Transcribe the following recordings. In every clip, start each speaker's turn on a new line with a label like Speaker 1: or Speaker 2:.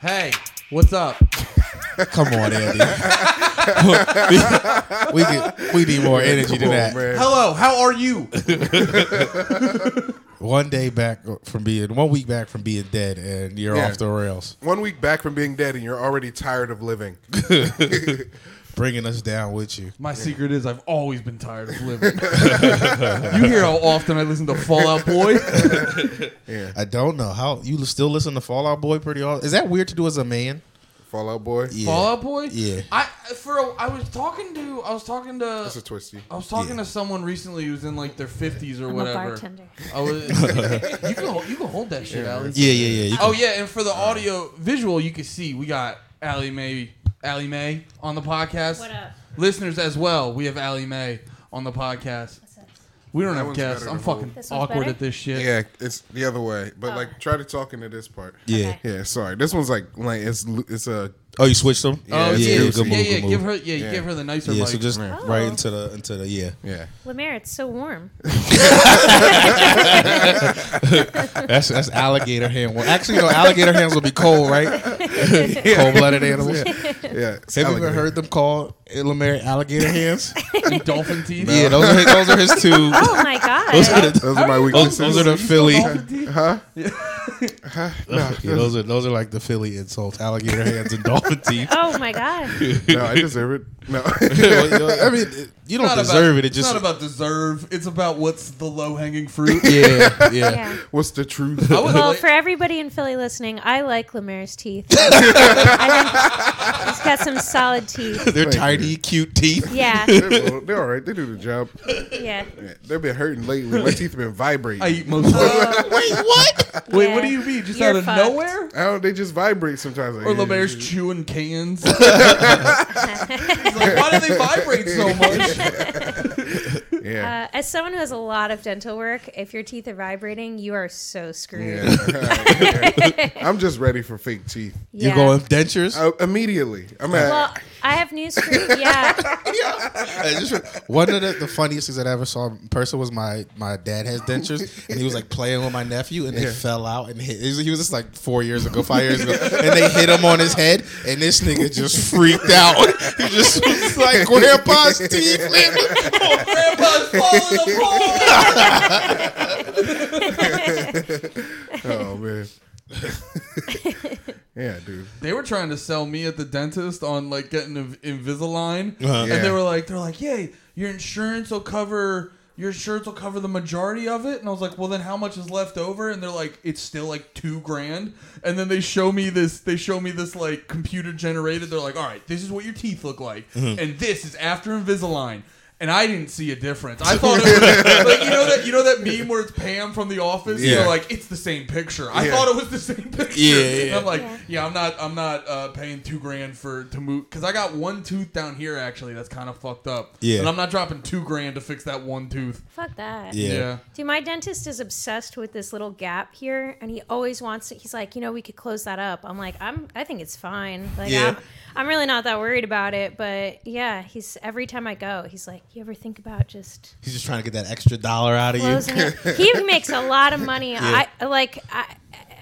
Speaker 1: Hey, what's up?
Speaker 2: Come on, Andy. we, get, we need more energy than that.
Speaker 1: Hello, how are you?
Speaker 2: One day back from being, one week back from being dead, and you're
Speaker 3: Yeah.
Speaker 2: off the rails,
Speaker 3: One week back from being dead, and you're already tired of living.
Speaker 2: bringing us down with you.
Speaker 1: My secret is I've always been tired of living. you hear how often I listen to Fallout Boy?
Speaker 2: I don't know how you still listen to Fallout Boy pretty often. Is that weird to do as a man?
Speaker 3: Fallout Boy.
Speaker 2: Yeah.
Speaker 1: Fallout Boy?
Speaker 2: Yeah.
Speaker 1: I for a, I was talking to I was talking to
Speaker 3: That's a twisty.
Speaker 1: I was talking
Speaker 2: Yeah.
Speaker 1: to someone recently who's in like their fifties or
Speaker 4: I'm
Speaker 1: whatever.
Speaker 4: a bartender.
Speaker 1: I was, you can hol- you can hold that shit, Alex.
Speaker 2: Yeah, yeah, yeah. You
Speaker 1: Oh yeah, and for the audio visual, you can see we got Allie May, Allie May on the podcast.
Speaker 4: What up?
Speaker 1: Listeners as well, we have Allie May on the podcast. We don't
Speaker 3: That
Speaker 1: have
Speaker 3: one's
Speaker 1: guests.
Speaker 3: better
Speaker 1: I'm
Speaker 3: than who?
Speaker 1: fucking
Speaker 4: This one's
Speaker 1: awkward
Speaker 4: better?
Speaker 1: at this shit.
Speaker 3: Yeah, it's the other way. But like, try to talk into this part.
Speaker 2: yeah.
Speaker 4: Okay.
Speaker 3: Yeah, sorry. This one's like, like it's l- it's a
Speaker 2: Oh, you switched them.
Speaker 1: Oh
Speaker 3: it's
Speaker 1: yeah, yeah,
Speaker 3: good,
Speaker 1: yeah.
Speaker 3: it's good
Speaker 1: yeah,
Speaker 3: move,
Speaker 1: yeah. Give her, yeah,
Speaker 3: Yeah.
Speaker 1: give her the nicer
Speaker 2: Yeah,
Speaker 1: mic. Oh.
Speaker 2: so just
Speaker 3: Yeah.
Speaker 2: right into the into the yeah.
Speaker 3: yeah.
Speaker 4: Lemaire, it's so warm.
Speaker 2: That's that's alligator hand. Well, actually, no, alligator hands will be cold, right? Cold blooded animals.
Speaker 3: Yeah. it's
Speaker 2: Have you ever
Speaker 3: alligator.
Speaker 2: heard them call Lamar alligator hands?
Speaker 1: dolphin teeth.
Speaker 2: Yeah, those are his, those are his two.
Speaker 4: Oh my god.
Speaker 2: Those are the,
Speaker 3: Those are my weaknesses.
Speaker 2: those are the Philly.
Speaker 1: Dolphin teeth?
Speaker 3: huh?
Speaker 2: Yeah, those are those are like the Philly insults: alligator hands and dolphin teeth.
Speaker 4: oh my god.
Speaker 3: No, I deserve it. No.
Speaker 2: I mean, you don't
Speaker 1: Not
Speaker 2: deserve
Speaker 1: about,
Speaker 2: it. It just
Speaker 1: it's not about deserve. It's about what's the low hanging fruit.
Speaker 2: yeah, yeah.
Speaker 4: Yeah.
Speaker 3: What's the truth?
Speaker 1: I would
Speaker 4: Well,
Speaker 1: like-
Speaker 4: for everybody in Philly listening, I like Lemaire's teeth. I have- He's got some solid teeth.
Speaker 2: They're tiny, cute teeth.
Speaker 4: Yeah,
Speaker 3: They're, all- they're all right. They do the job.
Speaker 4: yeah.
Speaker 3: Yeah, They've been hurting lately. My teeth have been vibrating.
Speaker 1: I eat most. Wait,
Speaker 2: Wait, what?
Speaker 1: what do you mean? Just
Speaker 4: Oh, You're
Speaker 1: out of
Speaker 4: fucked.
Speaker 1: nowhere?
Speaker 3: I don't. They just vibrate sometimes. Like,
Speaker 1: Or
Speaker 3: yeah,
Speaker 1: LeBear's
Speaker 3: yeah,
Speaker 1: chewing cans. He's like, why do they vibrate so much?
Speaker 3: Yeah.
Speaker 4: Uh, as someone who has a lot of dental work, if your teeth are vibrating, you are so
Speaker 3: Uh.
Speaker 4: screwed. Yeah.
Speaker 3: yeah. I'm just ready for fake teeth
Speaker 2: You're going dentures?
Speaker 3: uh, immediately. I'm at.
Speaker 4: Well, I have news for you. Yeah,
Speaker 2: I just- one of the, the funniest things that I ever saw in person was my my dad has dentures, and he was like playing with my nephew, and they fell out and hit. He was just like four years ago, five years ago, and they hit him on his head, and this nigga just freaked out. he just was like, "Grandpa's teeth."
Speaker 1: Grandpa's falling apart.
Speaker 3: oh man. yeah, dude.
Speaker 1: They were trying to sell me at the dentist on like getting Inv- Invisalign,
Speaker 2: Uh-huh.
Speaker 1: and
Speaker 3: Yeah.
Speaker 1: they were like, they're like, "Yay, your insurance will cover." Your insurance will cover the majority of it, and I was like, "Well, then how much is left over?" And they're like, "It's still like two grand." And then they show me this, they show me this like computer generated. They're like, "All right, this is what your teeth look like,
Speaker 2: Mm-hmm.
Speaker 1: and this is after Invisalign." And I didn't see a difference. I thought it was like you know that you know that meme where it's Pam from The Office. Yeah.
Speaker 2: Yeah.
Speaker 1: They're like, "It's the same picture." I
Speaker 3: Yeah.
Speaker 1: thought it was the same picture.
Speaker 2: Yeah, yeah,
Speaker 1: And
Speaker 2: yeah.
Speaker 1: I'm like, yeah. I'm not. I'm not uh, paying two grand for to move because I got one tooth down here. Actually, that's kind of fucked up.
Speaker 2: Yeah.
Speaker 1: and I'm not dropping two grand to fix that one tooth.
Speaker 4: fuck that.
Speaker 2: Yeah.
Speaker 1: Yeah,
Speaker 4: Dude, my dentist is obsessed with this little gap here, and he always wants to. He's like, you know, we could close that up. I'm like, I'm, I think it's fine. Like,
Speaker 2: Yeah.
Speaker 4: I'm, I'm really not that worried about it. But yeah, he's every time I go, he's like, you ever think about just
Speaker 2: He's just trying to get that extra dollar out of you.
Speaker 4: closing it? He makes a lot of money. I like, I,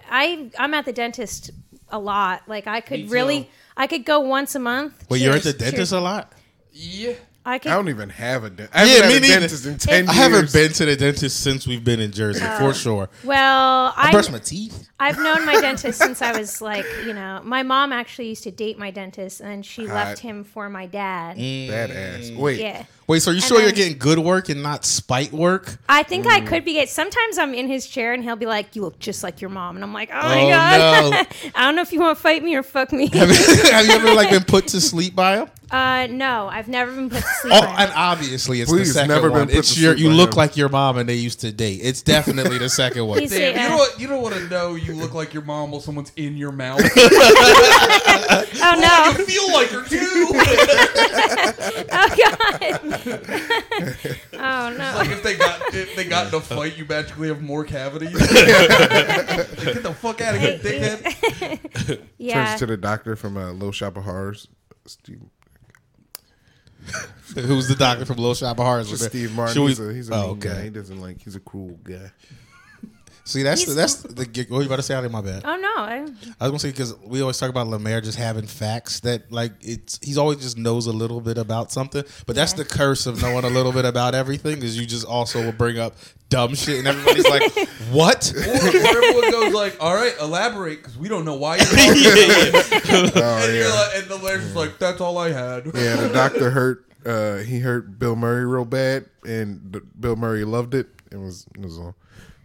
Speaker 4: I, I'm at the dentist a lot. Like, I
Speaker 1: Me
Speaker 4: could
Speaker 1: too.
Speaker 4: really, I could go once a month.
Speaker 2: Well, you're at the
Speaker 4: Cheers, cheers.
Speaker 2: dentist a lot.
Speaker 1: yeah.
Speaker 4: I
Speaker 3: I
Speaker 4: could.
Speaker 2: e
Speaker 3: don't even have a dentist. I haven't
Speaker 2: Yeah,
Speaker 3: had
Speaker 2: me
Speaker 3: a
Speaker 2: neither.
Speaker 3: dentist in ten years.
Speaker 2: I haven't been to the dentist since we've been in Jersey, for sure.
Speaker 4: Well,
Speaker 2: I
Speaker 4: Oh. I
Speaker 2: brushed my teeth.
Speaker 4: I've known my dentist since I was like, you know, my mom actually used to date my dentist, and then she left him for my dad.
Speaker 2: Mm.
Speaker 3: Badass. Wait.
Speaker 4: Yeah,
Speaker 2: Wait, so are you sure you're
Speaker 4: then-
Speaker 2: getting good work and not spite work?
Speaker 4: I think I
Speaker 2: Mm.
Speaker 4: could be. gay. Sometimes I'm in his chair, and he'll be like, "You look just like your mom," and I'm like, "Oh, my
Speaker 2: Oh,
Speaker 4: god,
Speaker 2: no.
Speaker 4: I don't know if you want to fight me or fuck me."
Speaker 2: Have you ever like been put to sleep by him?
Speaker 4: uh, no, I've never been put to sleep.
Speaker 2: Oh,
Speaker 4: by
Speaker 2: and
Speaker 4: him.
Speaker 2: obviously it's
Speaker 3: Please,
Speaker 2: the second
Speaker 3: never been
Speaker 2: one.
Speaker 3: put
Speaker 2: It's
Speaker 3: to
Speaker 2: your
Speaker 3: sleep
Speaker 2: you
Speaker 3: by
Speaker 2: look
Speaker 3: him.
Speaker 2: like your mom and they used to date. It's definitely the second one.
Speaker 4: He's-
Speaker 1: Damn,
Speaker 4: Yeah.
Speaker 1: you don't you don't want to know you look like your mom while someone's in your mouth.
Speaker 4: oh
Speaker 1: you feel like her too. like
Speaker 4: no! Oh god! oh no!
Speaker 1: if they got if they got in a fight, you magically have more cavities. Like, Get the fuck out of here, dickhead.
Speaker 4: Yeah,
Speaker 3: Turns to the doctor from uh, Little Shop of Horrors. Steve,
Speaker 2: Who's the doctor from Little Shop of Horrors?
Speaker 3: Steve Martin.
Speaker 2: Should we-
Speaker 3: he's a, he's a
Speaker 2: oh,
Speaker 3: mean guy. He
Speaker 2: okay.
Speaker 3: doesn't like. He's a cruel guy.
Speaker 2: See, that's
Speaker 4: He's-
Speaker 2: the, that's the gig. What you about to say? I did my bad.
Speaker 4: Oh no, I,
Speaker 2: I was gonna say because we always talk about Lemaire just having facts that like it's he's always just knows a little bit about something, but that's the curse of knowing a little bit about everything is you just also will bring up dumb shit and everybody's like, what?
Speaker 1: Or, or everyone goes like, "All right, elaborate," because we don't know why you're talking.
Speaker 3: Oh,
Speaker 1: and, you're
Speaker 3: yeah.
Speaker 1: like, and the lawyer's just like, "That's all I had."
Speaker 3: Yeah, the doctor hurt. Uh, he hurt Bill Murray real bad, and the, Bill Murray loved it. It was it was all.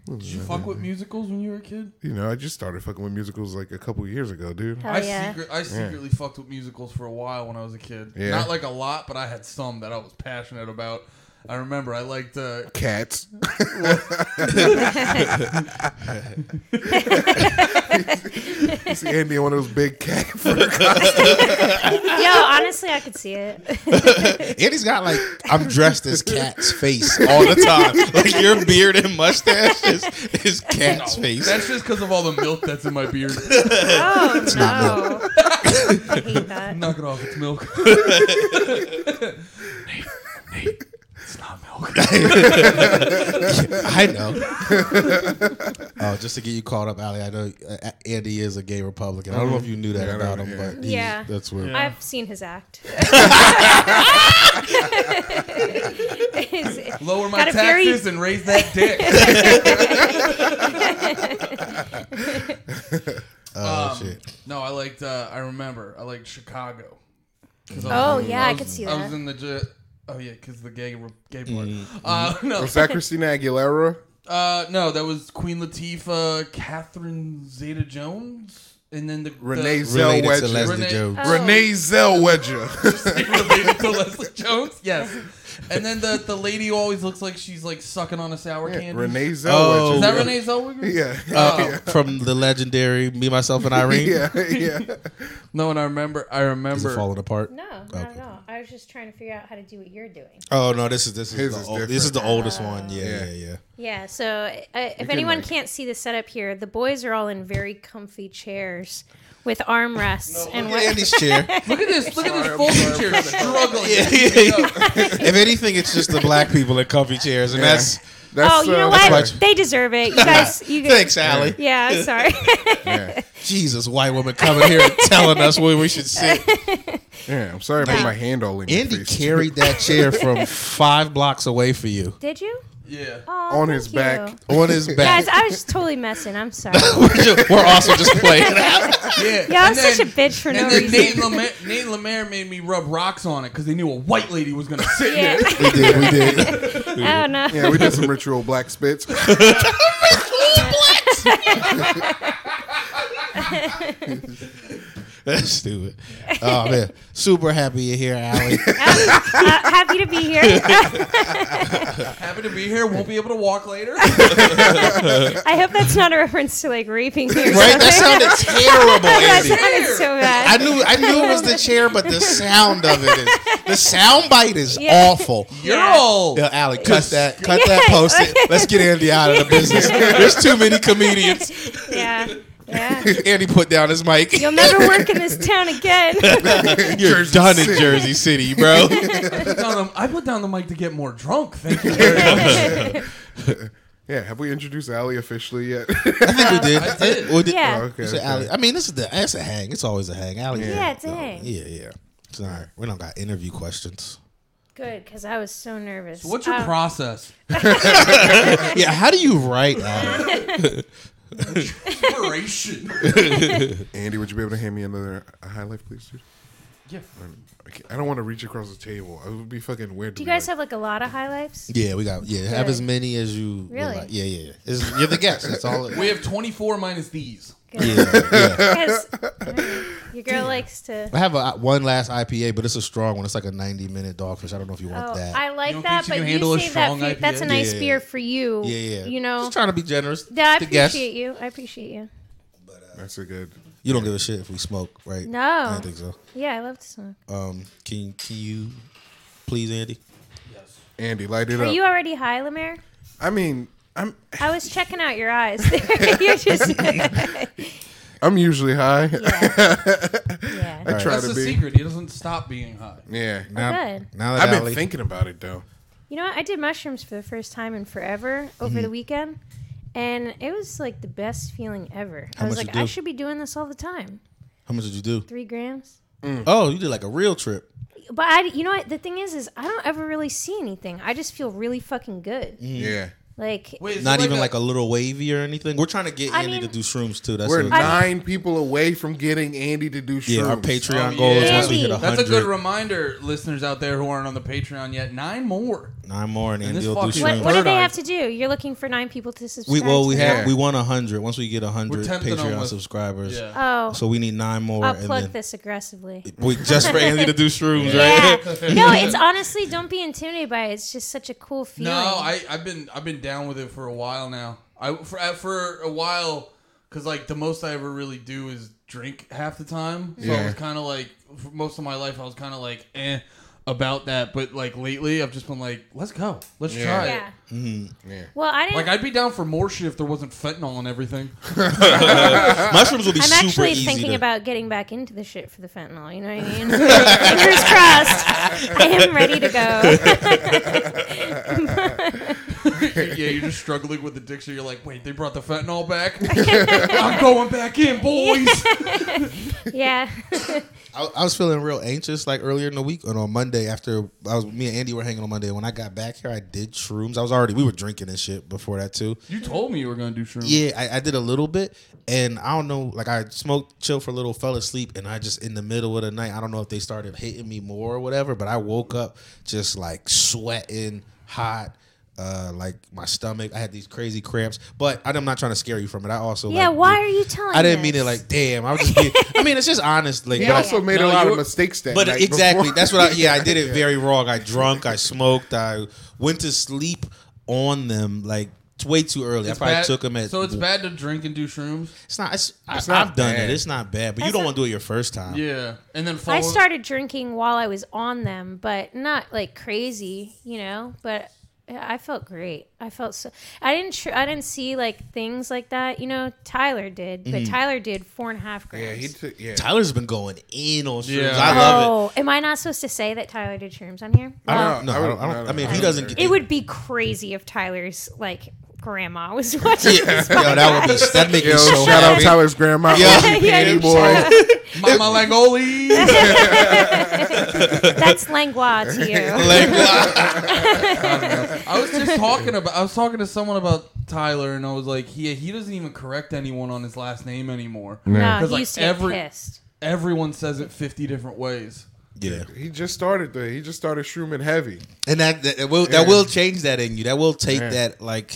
Speaker 1: Did you fuck with musicals when you were a kid?
Speaker 3: You know, I just started fucking with musicals like a couple years ago, dude.
Speaker 4: hell
Speaker 1: I
Speaker 4: Oh, yeah.
Speaker 1: secret, I secretly fucked with musicals for a while when I was a kid.
Speaker 3: Yeah.
Speaker 1: Not like a lot, but I had some that I was passionate about. I remember I liked uh,
Speaker 3: Cats. you see Andy in one of those big cat fur
Speaker 4: Yo, honestly, I could see it.
Speaker 2: Andy's got like I'm dressed as cat's face all the time. Like your beard and mustache is, is cat's face.
Speaker 1: That's just because of all the milk that's in my beard.
Speaker 4: Oh no,
Speaker 2: not
Speaker 4: Oh. I hate that.
Speaker 1: Knock it off, it's milk. Nate, Nate, it's not milk.
Speaker 2: I know. oh, just to get you caught up, Ali. I know uh, Andy is a gay Republican. I don't know if you knew that
Speaker 3: Yeah, I
Speaker 2: about
Speaker 3: know,
Speaker 2: him,
Speaker 3: yeah.
Speaker 2: but he's,
Speaker 4: Yeah.
Speaker 2: that's what.
Speaker 1: Yeah.
Speaker 4: I've seen his act. It's-
Speaker 1: Lower my
Speaker 4: Got a very-
Speaker 1: taxes and raise that dick.
Speaker 2: Oh
Speaker 1: Um,
Speaker 2: shit.
Speaker 1: No, I liked. Uh, I remember. I liked Chicago. 'Cause I
Speaker 4: oh
Speaker 1: was in-
Speaker 4: yeah, I
Speaker 1: was-
Speaker 4: could see
Speaker 1: I was
Speaker 4: that.
Speaker 1: in the. Ju- oh yeah, because the gay gay part. Uh, no,
Speaker 3: Was that Christina Aguilera?
Speaker 1: uh, no, that was Queen Latifah, Catherine Zeta Jones, and then the
Speaker 3: Renee
Speaker 1: the,
Speaker 3: Zell
Speaker 2: Related to
Speaker 3: Wedger.
Speaker 2: Leslie
Speaker 1: Renee-
Speaker 2: Jones.
Speaker 4: Oh.
Speaker 3: Renee Zellweger.
Speaker 1: related to Leslie Jones. Yes, and then the the lady who always looks like she's like sucking on a sour candy.
Speaker 3: Renee Zellweger.
Speaker 2: Oh.
Speaker 1: Is that Renee Zellweger?
Speaker 3: Yeah.
Speaker 2: Uh, From the legendary Me, Myself, and Irene.
Speaker 3: yeah, yeah.
Speaker 4: Oh,
Speaker 1: No, and I remember. I
Speaker 2: Is it
Speaker 1: remember.
Speaker 2: falling apart?
Speaker 4: No, not at all. I was just trying to figure out how to do what you're doing.
Speaker 2: Oh no, this is this
Speaker 3: His
Speaker 2: is,
Speaker 3: is
Speaker 2: the, old,
Speaker 3: different.
Speaker 2: this is the oldest one. Yeah, yeah,
Speaker 3: Yeah.
Speaker 2: yeah.
Speaker 4: Yeah, so uh, if anyone can't see the setup here, the boys are all in very comfy chairs with armrests and
Speaker 2: Look at
Speaker 4: what,
Speaker 2: Andy's chair.
Speaker 1: Look at this! Look at this
Speaker 3: Sorry,
Speaker 1: folding
Speaker 3: I'm
Speaker 1: chair
Speaker 3: sorry.
Speaker 1: struggling.
Speaker 2: Yeah, yeah, yeah. if anything, it's just the black people in comfy chairs, and
Speaker 3: Yeah.
Speaker 2: that's
Speaker 3: That's,
Speaker 4: oh, you know
Speaker 3: uh,
Speaker 4: what?
Speaker 2: much-
Speaker 4: They deserve it. You guys, you guys.
Speaker 2: thanks, Allie.
Speaker 4: Yeah, I'm sorry.
Speaker 3: Yeah,
Speaker 2: Jesus, white woman coming here and telling us where we should sit.
Speaker 3: yeah. I'm sorry I put my hand all in your
Speaker 2: Andy
Speaker 3: face.
Speaker 2: carried that chair from five blocks away for you
Speaker 4: Did you?
Speaker 1: Yeah.
Speaker 4: Aw,
Speaker 3: On his
Speaker 4: Oh, thank
Speaker 3: back.
Speaker 4: you.
Speaker 2: on his back.
Speaker 4: Guys, I was totally messing. I'm sorry.
Speaker 2: we're, ju- we're also just playing it out.
Speaker 1: Yeah.
Speaker 4: Yeah, I'm
Speaker 1: And then-
Speaker 4: such a bitch for no
Speaker 1: And then Nate
Speaker 4: reason.
Speaker 1: Lemaire, Nate Lemaire made me rub rocks on it because they knew a white lady was gonna sit
Speaker 4: Yeah.
Speaker 1: in it.
Speaker 2: We did, we did.
Speaker 4: Oh no.
Speaker 3: Yeah, we did some ritual black spits.
Speaker 2: That's stupid. Oh man, super happy you're here, Allie.
Speaker 4: Uh, happy to be here.
Speaker 1: Happy to be here. Won't be able to walk later.
Speaker 4: I hope that's not a reference to like raping me. Or
Speaker 2: Right?
Speaker 4: something.
Speaker 2: That sounded terrible,
Speaker 4: That
Speaker 2: Andy.
Speaker 4: sounded so
Speaker 2: I
Speaker 4: bad.
Speaker 2: knew I knew it was the chair, but the sound of it is the sound bite is
Speaker 4: Yeah.
Speaker 2: awful.
Speaker 1: You're
Speaker 4: Yeah.
Speaker 1: all.
Speaker 2: Yo, Allie, cut that, cut that
Speaker 4: Yeah.
Speaker 2: post it. Let's get Andy out of the business. There's too many comedians.
Speaker 4: Yeah. Yeah.
Speaker 2: Andy put down his mic.
Speaker 4: You'll never work in this town again.
Speaker 2: You're
Speaker 3: Jersey
Speaker 2: done in
Speaker 3: City.
Speaker 2: Jersey City, bro.
Speaker 1: I put, down the, I put down the mic to get more drunk. Thank you very much.
Speaker 3: Yeah, have we introduced Allie officially yet?
Speaker 2: I think we did. I
Speaker 1: did.
Speaker 2: We did.
Speaker 4: Yeah.
Speaker 3: okay.
Speaker 2: It's an
Speaker 3: okay.
Speaker 2: alley. I mean, this is the that's a hang. It's always a hang. Alley.
Speaker 4: Yeah, it's a hang.
Speaker 2: Yeah, yeah. It's all right. We don't got interview questions.
Speaker 4: Good, because I was so nervous.
Speaker 1: What's your
Speaker 4: Um,
Speaker 1: process?
Speaker 2: Yeah, how do you write? Allie?
Speaker 1: Inspiration.
Speaker 3: Andy, would you be able to hand me another high life, please, dude?
Speaker 1: Yeah.
Speaker 3: Okay, I don't want to reach across the table. It would be fucking weird.
Speaker 4: Do you guys have like a lot of high lifes?
Speaker 2: Yeah, we got. Yeah, have
Speaker 4: Good.
Speaker 2: as many as you. would
Speaker 4: Really?
Speaker 2: like. Yeah, yeah. yeah. It's- you're the guest. That's all. It,
Speaker 1: We have 24 minus these.
Speaker 2: yeah, yeah.
Speaker 4: Because your girl likes to.
Speaker 2: I have a, one last IPA, but it's a strong one. It's like a 90 minute dogfish. I don't know if you want
Speaker 4: Oh,
Speaker 2: that.
Speaker 4: I
Speaker 1: You
Speaker 4: like
Speaker 1: don't
Speaker 4: that,
Speaker 1: think she
Speaker 4: but
Speaker 1: can
Speaker 4: you
Speaker 1: handle a
Speaker 4: save that.
Speaker 1: strong
Speaker 4: For, that's a
Speaker 1: IPA?
Speaker 4: nice
Speaker 2: Yeah.
Speaker 4: beer for you.
Speaker 2: yeah, yeah.
Speaker 4: You know.
Speaker 2: just trying to be generous.
Speaker 4: Yeah, I
Speaker 2: to guests.
Speaker 4: appreciate you. I appreciate you.
Speaker 3: That's a good.
Speaker 2: You don't give a shit if we smoke, right?
Speaker 4: No.
Speaker 2: I don't think so.
Speaker 4: Yeah, I love this one.
Speaker 2: Um, can can you please, Andy?
Speaker 3: Andy, light it
Speaker 4: Are
Speaker 3: up.
Speaker 4: you already high, Lemaire?
Speaker 3: I mean, I'm
Speaker 4: I was checking out your eyes. there. You're just.
Speaker 3: I'm usually high.
Speaker 4: yeah. Yeah.
Speaker 3: I try
Speaker 1: That's
Speaker 3: to
Speaker 1: the
Speaker 3: be.
Speaker 1: secret. He doesn't stop being high.
Speaker 3: Yeah.
Speaker 2: Now,
Speaker 4: Good.
Speaker 2: now that
Speaker 3: I've been
Speaker 2: Allie-
Speaker 3: thinking about it though.
Speaker 2: Mm-hmm.
Speaker 4: You know what? I did mushrooms for the first time in forever over the weekend, and it was like the best feeling ever.
Speaker 2: How
Speaker 4: I was
Speaker 2: much
Speaker 4: like,
Speaker 2: you
Speaker 4: I
Speaker 2: do?
Speaker 4: should be doing this all the time.
Speaker 2: How much did you do?
Speaker 4: Three grams.
Speaker 1: Hmm.
Speaker 2: Oh, you did like a real trip.
Speaker 4: But I, you know what? The thing is, is I don't ever really see anything. I just feel really fucking good.
Speaker 2: Mm.
Speaker 3: Yeah.
Speaker 4: Like
Speaker 1: Wait, is
Speaker 2: Not
Speaker 1: it
Speaker 2: even like a little wavy or anything. We're trying to get
Speaker 4: I
Speaker 2: Andy
Speaker 4: mean-
Speaker 2: to do shrooms too. That's
Speaker 3: We're
Speaker 2: what,
Speaker 3: nine people away from getting Andy to do shrooms.
Speaker 2: yeah. Our Patreon
Speaker 1: Oh,
Speaker 2: goal is
Speaker 1: yeah.
Speaker 2: once we hit
Speaker 4: Andy.
Speaker 1: That's a good
Speaker 2: hundred,
Speaker 1: reminder, listeners out there who aren't on the Patreon yet. Nine more.
Speaker 2: nine more, and
Speaker 1: this
Speaker 2: Andy will do
Speaker 1: fucking-
Speaker 4: what,
Speaker 2: shrooms.
Speaker 4: what do
Speaker 1: Bird
Speaker 4: they
Speaker 1: eye.
Speaker 4: have to do? You're looking for nine people to subscribe.
Speaker 2: we well, we
Speaker 4: to
Speaker 2: have
Speaker 4: that?
Speaker 2: we want hundred. Once we get hundred
Speaker 1: tempting them
Speaker 2: Patreon
Speaker 1: with-
Speaker 2: subscribers,
Speaker 1: Yeah.
Speaker 4: Oh,
Speaker 2: so we need nine more,
Speaker 4: I'll
Speaker 2: and
Speaker 4: plug
Speaker 2: then
Speaker 4: this aggressively.
Speaker 2: we just for Andy to do shrooms,
Speaker 4: Yeah.
Speaker 2: right?
Speaker 4: no, it's honestly don't be intimidated by it. It's just such a cool feeling.
Speaker 1: No, I, I've been I've been down with it for a while now. I for uh, for a while because like the most I ever really do is drink half the time. So I
Speaker 3: Yeah.
Speaker 1: was kind of like for most of my life I was kind of like eh about that. But like lately I've just been like let's go, let's try
Speaker 4: yeah.
Speaker 1: it.
Speaker 2: Mm-hmm.
Speaker 4: Well, I didn't.
Speaker 1: Like I'd be down for more shit if there wasn't fentanyl and everything.
Speaker 2: Mushrooms will be
Speaker 4: I'm
Speaker 2: super
Speaker 4: actually
Speaker 2: easy.
Speaker 4: thinking
Speaker 2: to,
Speaker 4: about getting back into the shit for the fentanyl. You know what I mean? Fingers crossed. I am ready to go.
Speaker 1: yeah, you're just struggling with addiction. You're like, wait, they brought the fentanyl back. I'm going back in, boys.
Speaker 4: yeah.
Speaker 2: I, I was feeling real anxious like earlier in the week and on Monday after I was me and Andy were hanging on Monday. When I got back here, I did shrooms. I was already we were drinking and shit before that too.
Speaker 1: you told me you were gonna do shrooms.
Speaker 2: Yeah, I, I did a little bit, and I don't know. Like I smoked, chill for a little, fell asleep, and I just in the middle of the night. I don't know if they started hitting me more or whatever, but I woke up just like sweating, hot, uh, like my stomach. I had these crazy cramps, but I'm not trying to scare you from it. I also
Speaker 4: Yeah.
Speaker 2: like,
Speaker 4: Why
Speaker 2: did-
Speaker 4: are you telling?
Speaker 2: I didn't mean
Speaker 4: this?
Speaker 2: it like damn. I was just. Being, I mean, it's just honest. Like
Speaker 3: He
Speaker 2: but I-
Speaker 3: also made
Speaker 1: No,
Speaker 3: a lot
Speaker 1: you
Speaker 3: of
Speaker 1: were-
Speaker 3: mistakes that
Speaker 2: but
Speaker 3: night.
Speaker 2: exactly,
Speaker 3: before.
Speaker 2: that's what I. Yeah, I did it very wrong. I drunk. I smoked. I went to sleep on them like t- way too early. I probably
Speaker 1: Bad-
Speaker 2: took them at.
Speaker 1: so it's bad to drink and do shrooms.
Speaker 2: It's not. It's,
Speaker 3: It's
Speaker 2: I,
Speaker 3: not
Speaker 2: I've done
Speaker 3: bad.
Speaker 2: it. It's not bad, but you
Speaker 4: That's
Speaker 2: don't
Speaker 4: not-
Speaker 2: want to do it your first time.
Speaker 1: Yeah, and then follow,
Speaker 4: I started drinking while I was on them, but not like crazy, you know. But I felt great. I felt so. I didn't. Tr- I didn't see like things like that. You know, Tyler did, but
Speaker 2: Mm-hmm.
Speaker 4: Tyler did four and a half grams.
Speaker 3: Yeah, he took. Yeah.
Speaker 2: Tyler's been going in on shrooms.
Speaker 1: Yeah.
Speaker 2: I love it.
Speaker 4: oh, am I not supposed to say that Tyler did shrooms on here?
Speaker 2: I
Speaker 4: Well,
Speaker 2: don't know.
Speaker 3: I
Speaker 2: I, don't,
Speaker 3: wouldn't-
Speaker 2: I, don't,
Speaker 3: I
Speaker 2: I mean, if
Speaker 3: wouldn't
Speaker 2: he doesn't get
Speaker 4: it would be crazy if Tyler's like grandma was watching. this
Speaker 2: Yo, that would be that make
Speaker 3: Yo,
Speaker 2: me so
Speaker 3: shout out
Speaker 2: happy.
Speaker 3: Tyler's grandma.
Speaker 2: Yeah.
Speaker 3: Yeah,
Speaker 4: Yeah,
Speaker 3: yeah,
Speaker 4: you
Speaker 3: boy.
Speaker 1: Mama Langoli.
Speaker 4: That's language to you.
Speaker 2: Like,
Speaker 1: I was just talking about. I was talking to someone about Tyler, and I was like, he he doesn't even correct anyone on his last name anymore.
Speaker 4: No, he
Speaker 1: 'Cause, like,
Speaker 4: used to get
Speaker 1: every-
Speaker 4: pissed.
Speaker 1: Everyone says it fifty different ways.
Speaker 2: yeah,
Speaker 3: He just started the. He just started shrooming heavy.
Speaker 2: and that that, that will that will change that in you. That will take that like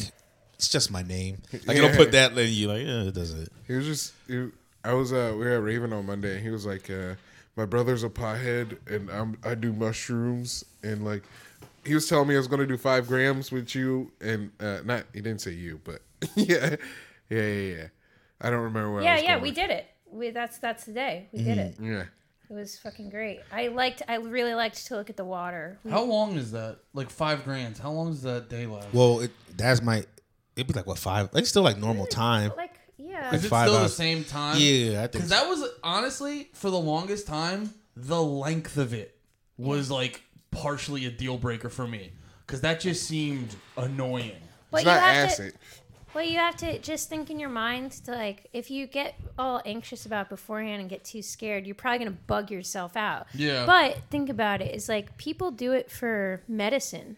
Speaker 2: it's just my name. Like it'll
Speaker 3: Yeah.
Speaker 2: put that in you. Like yeah, it doesn't.
Speaker 3: He was just. He, I was. Uh, we were at Raven on Monday, and he was like, uh, "My brother's a pothead, and I'm. I do mushrooms, and like, he was telling me I was going to do five grams with you, and uh, not. He didn't say you, but yeah, yeah, yeah, yeah. I don't remember where. I
Speaker 4: Yeah,
Speaker 3: was
Speaker 4: yeah,
Speaker 3: going.
Speaker 4: we did it. We that's that's the day we did
Speaker 2: Mm-hmm.
Speaker 4: it.
Speaker 3: Yeah.
Speaker 4: It was fucking great. I liked. I really liked to look at the water. We-
Speaker 1: How long is that? Like five grands. How long does that day last?
Speaker 2: Well, it, that's my. It'd be like what five? It's still like normal time.
Speaker 4: Like yeah,
Speaker 1: is it
Speaker 2: five
Speaker 1: still
Speaker 2: hours.
Speaker 1: the same time?
Speaker 2: Yeah, I think.
Speaker 1: Because that was honestly for the longest time, the length of it was like partially a deal breaker for me. Because that just seemed annoying.
Speaker 4: but
Speaker 3: It's
Speaker 4: you
Speaker 3: not
Speaker 4: have
Speaker 3: acid.
Speaker 4: to. Well, you have to just think in your mind to like if you get all anxious about beforehand and get too scared, you're probably gonna bug yourself out.
Speaker 1: Yeah.
Speaker 4: But think about it. It's like people do it for medicine.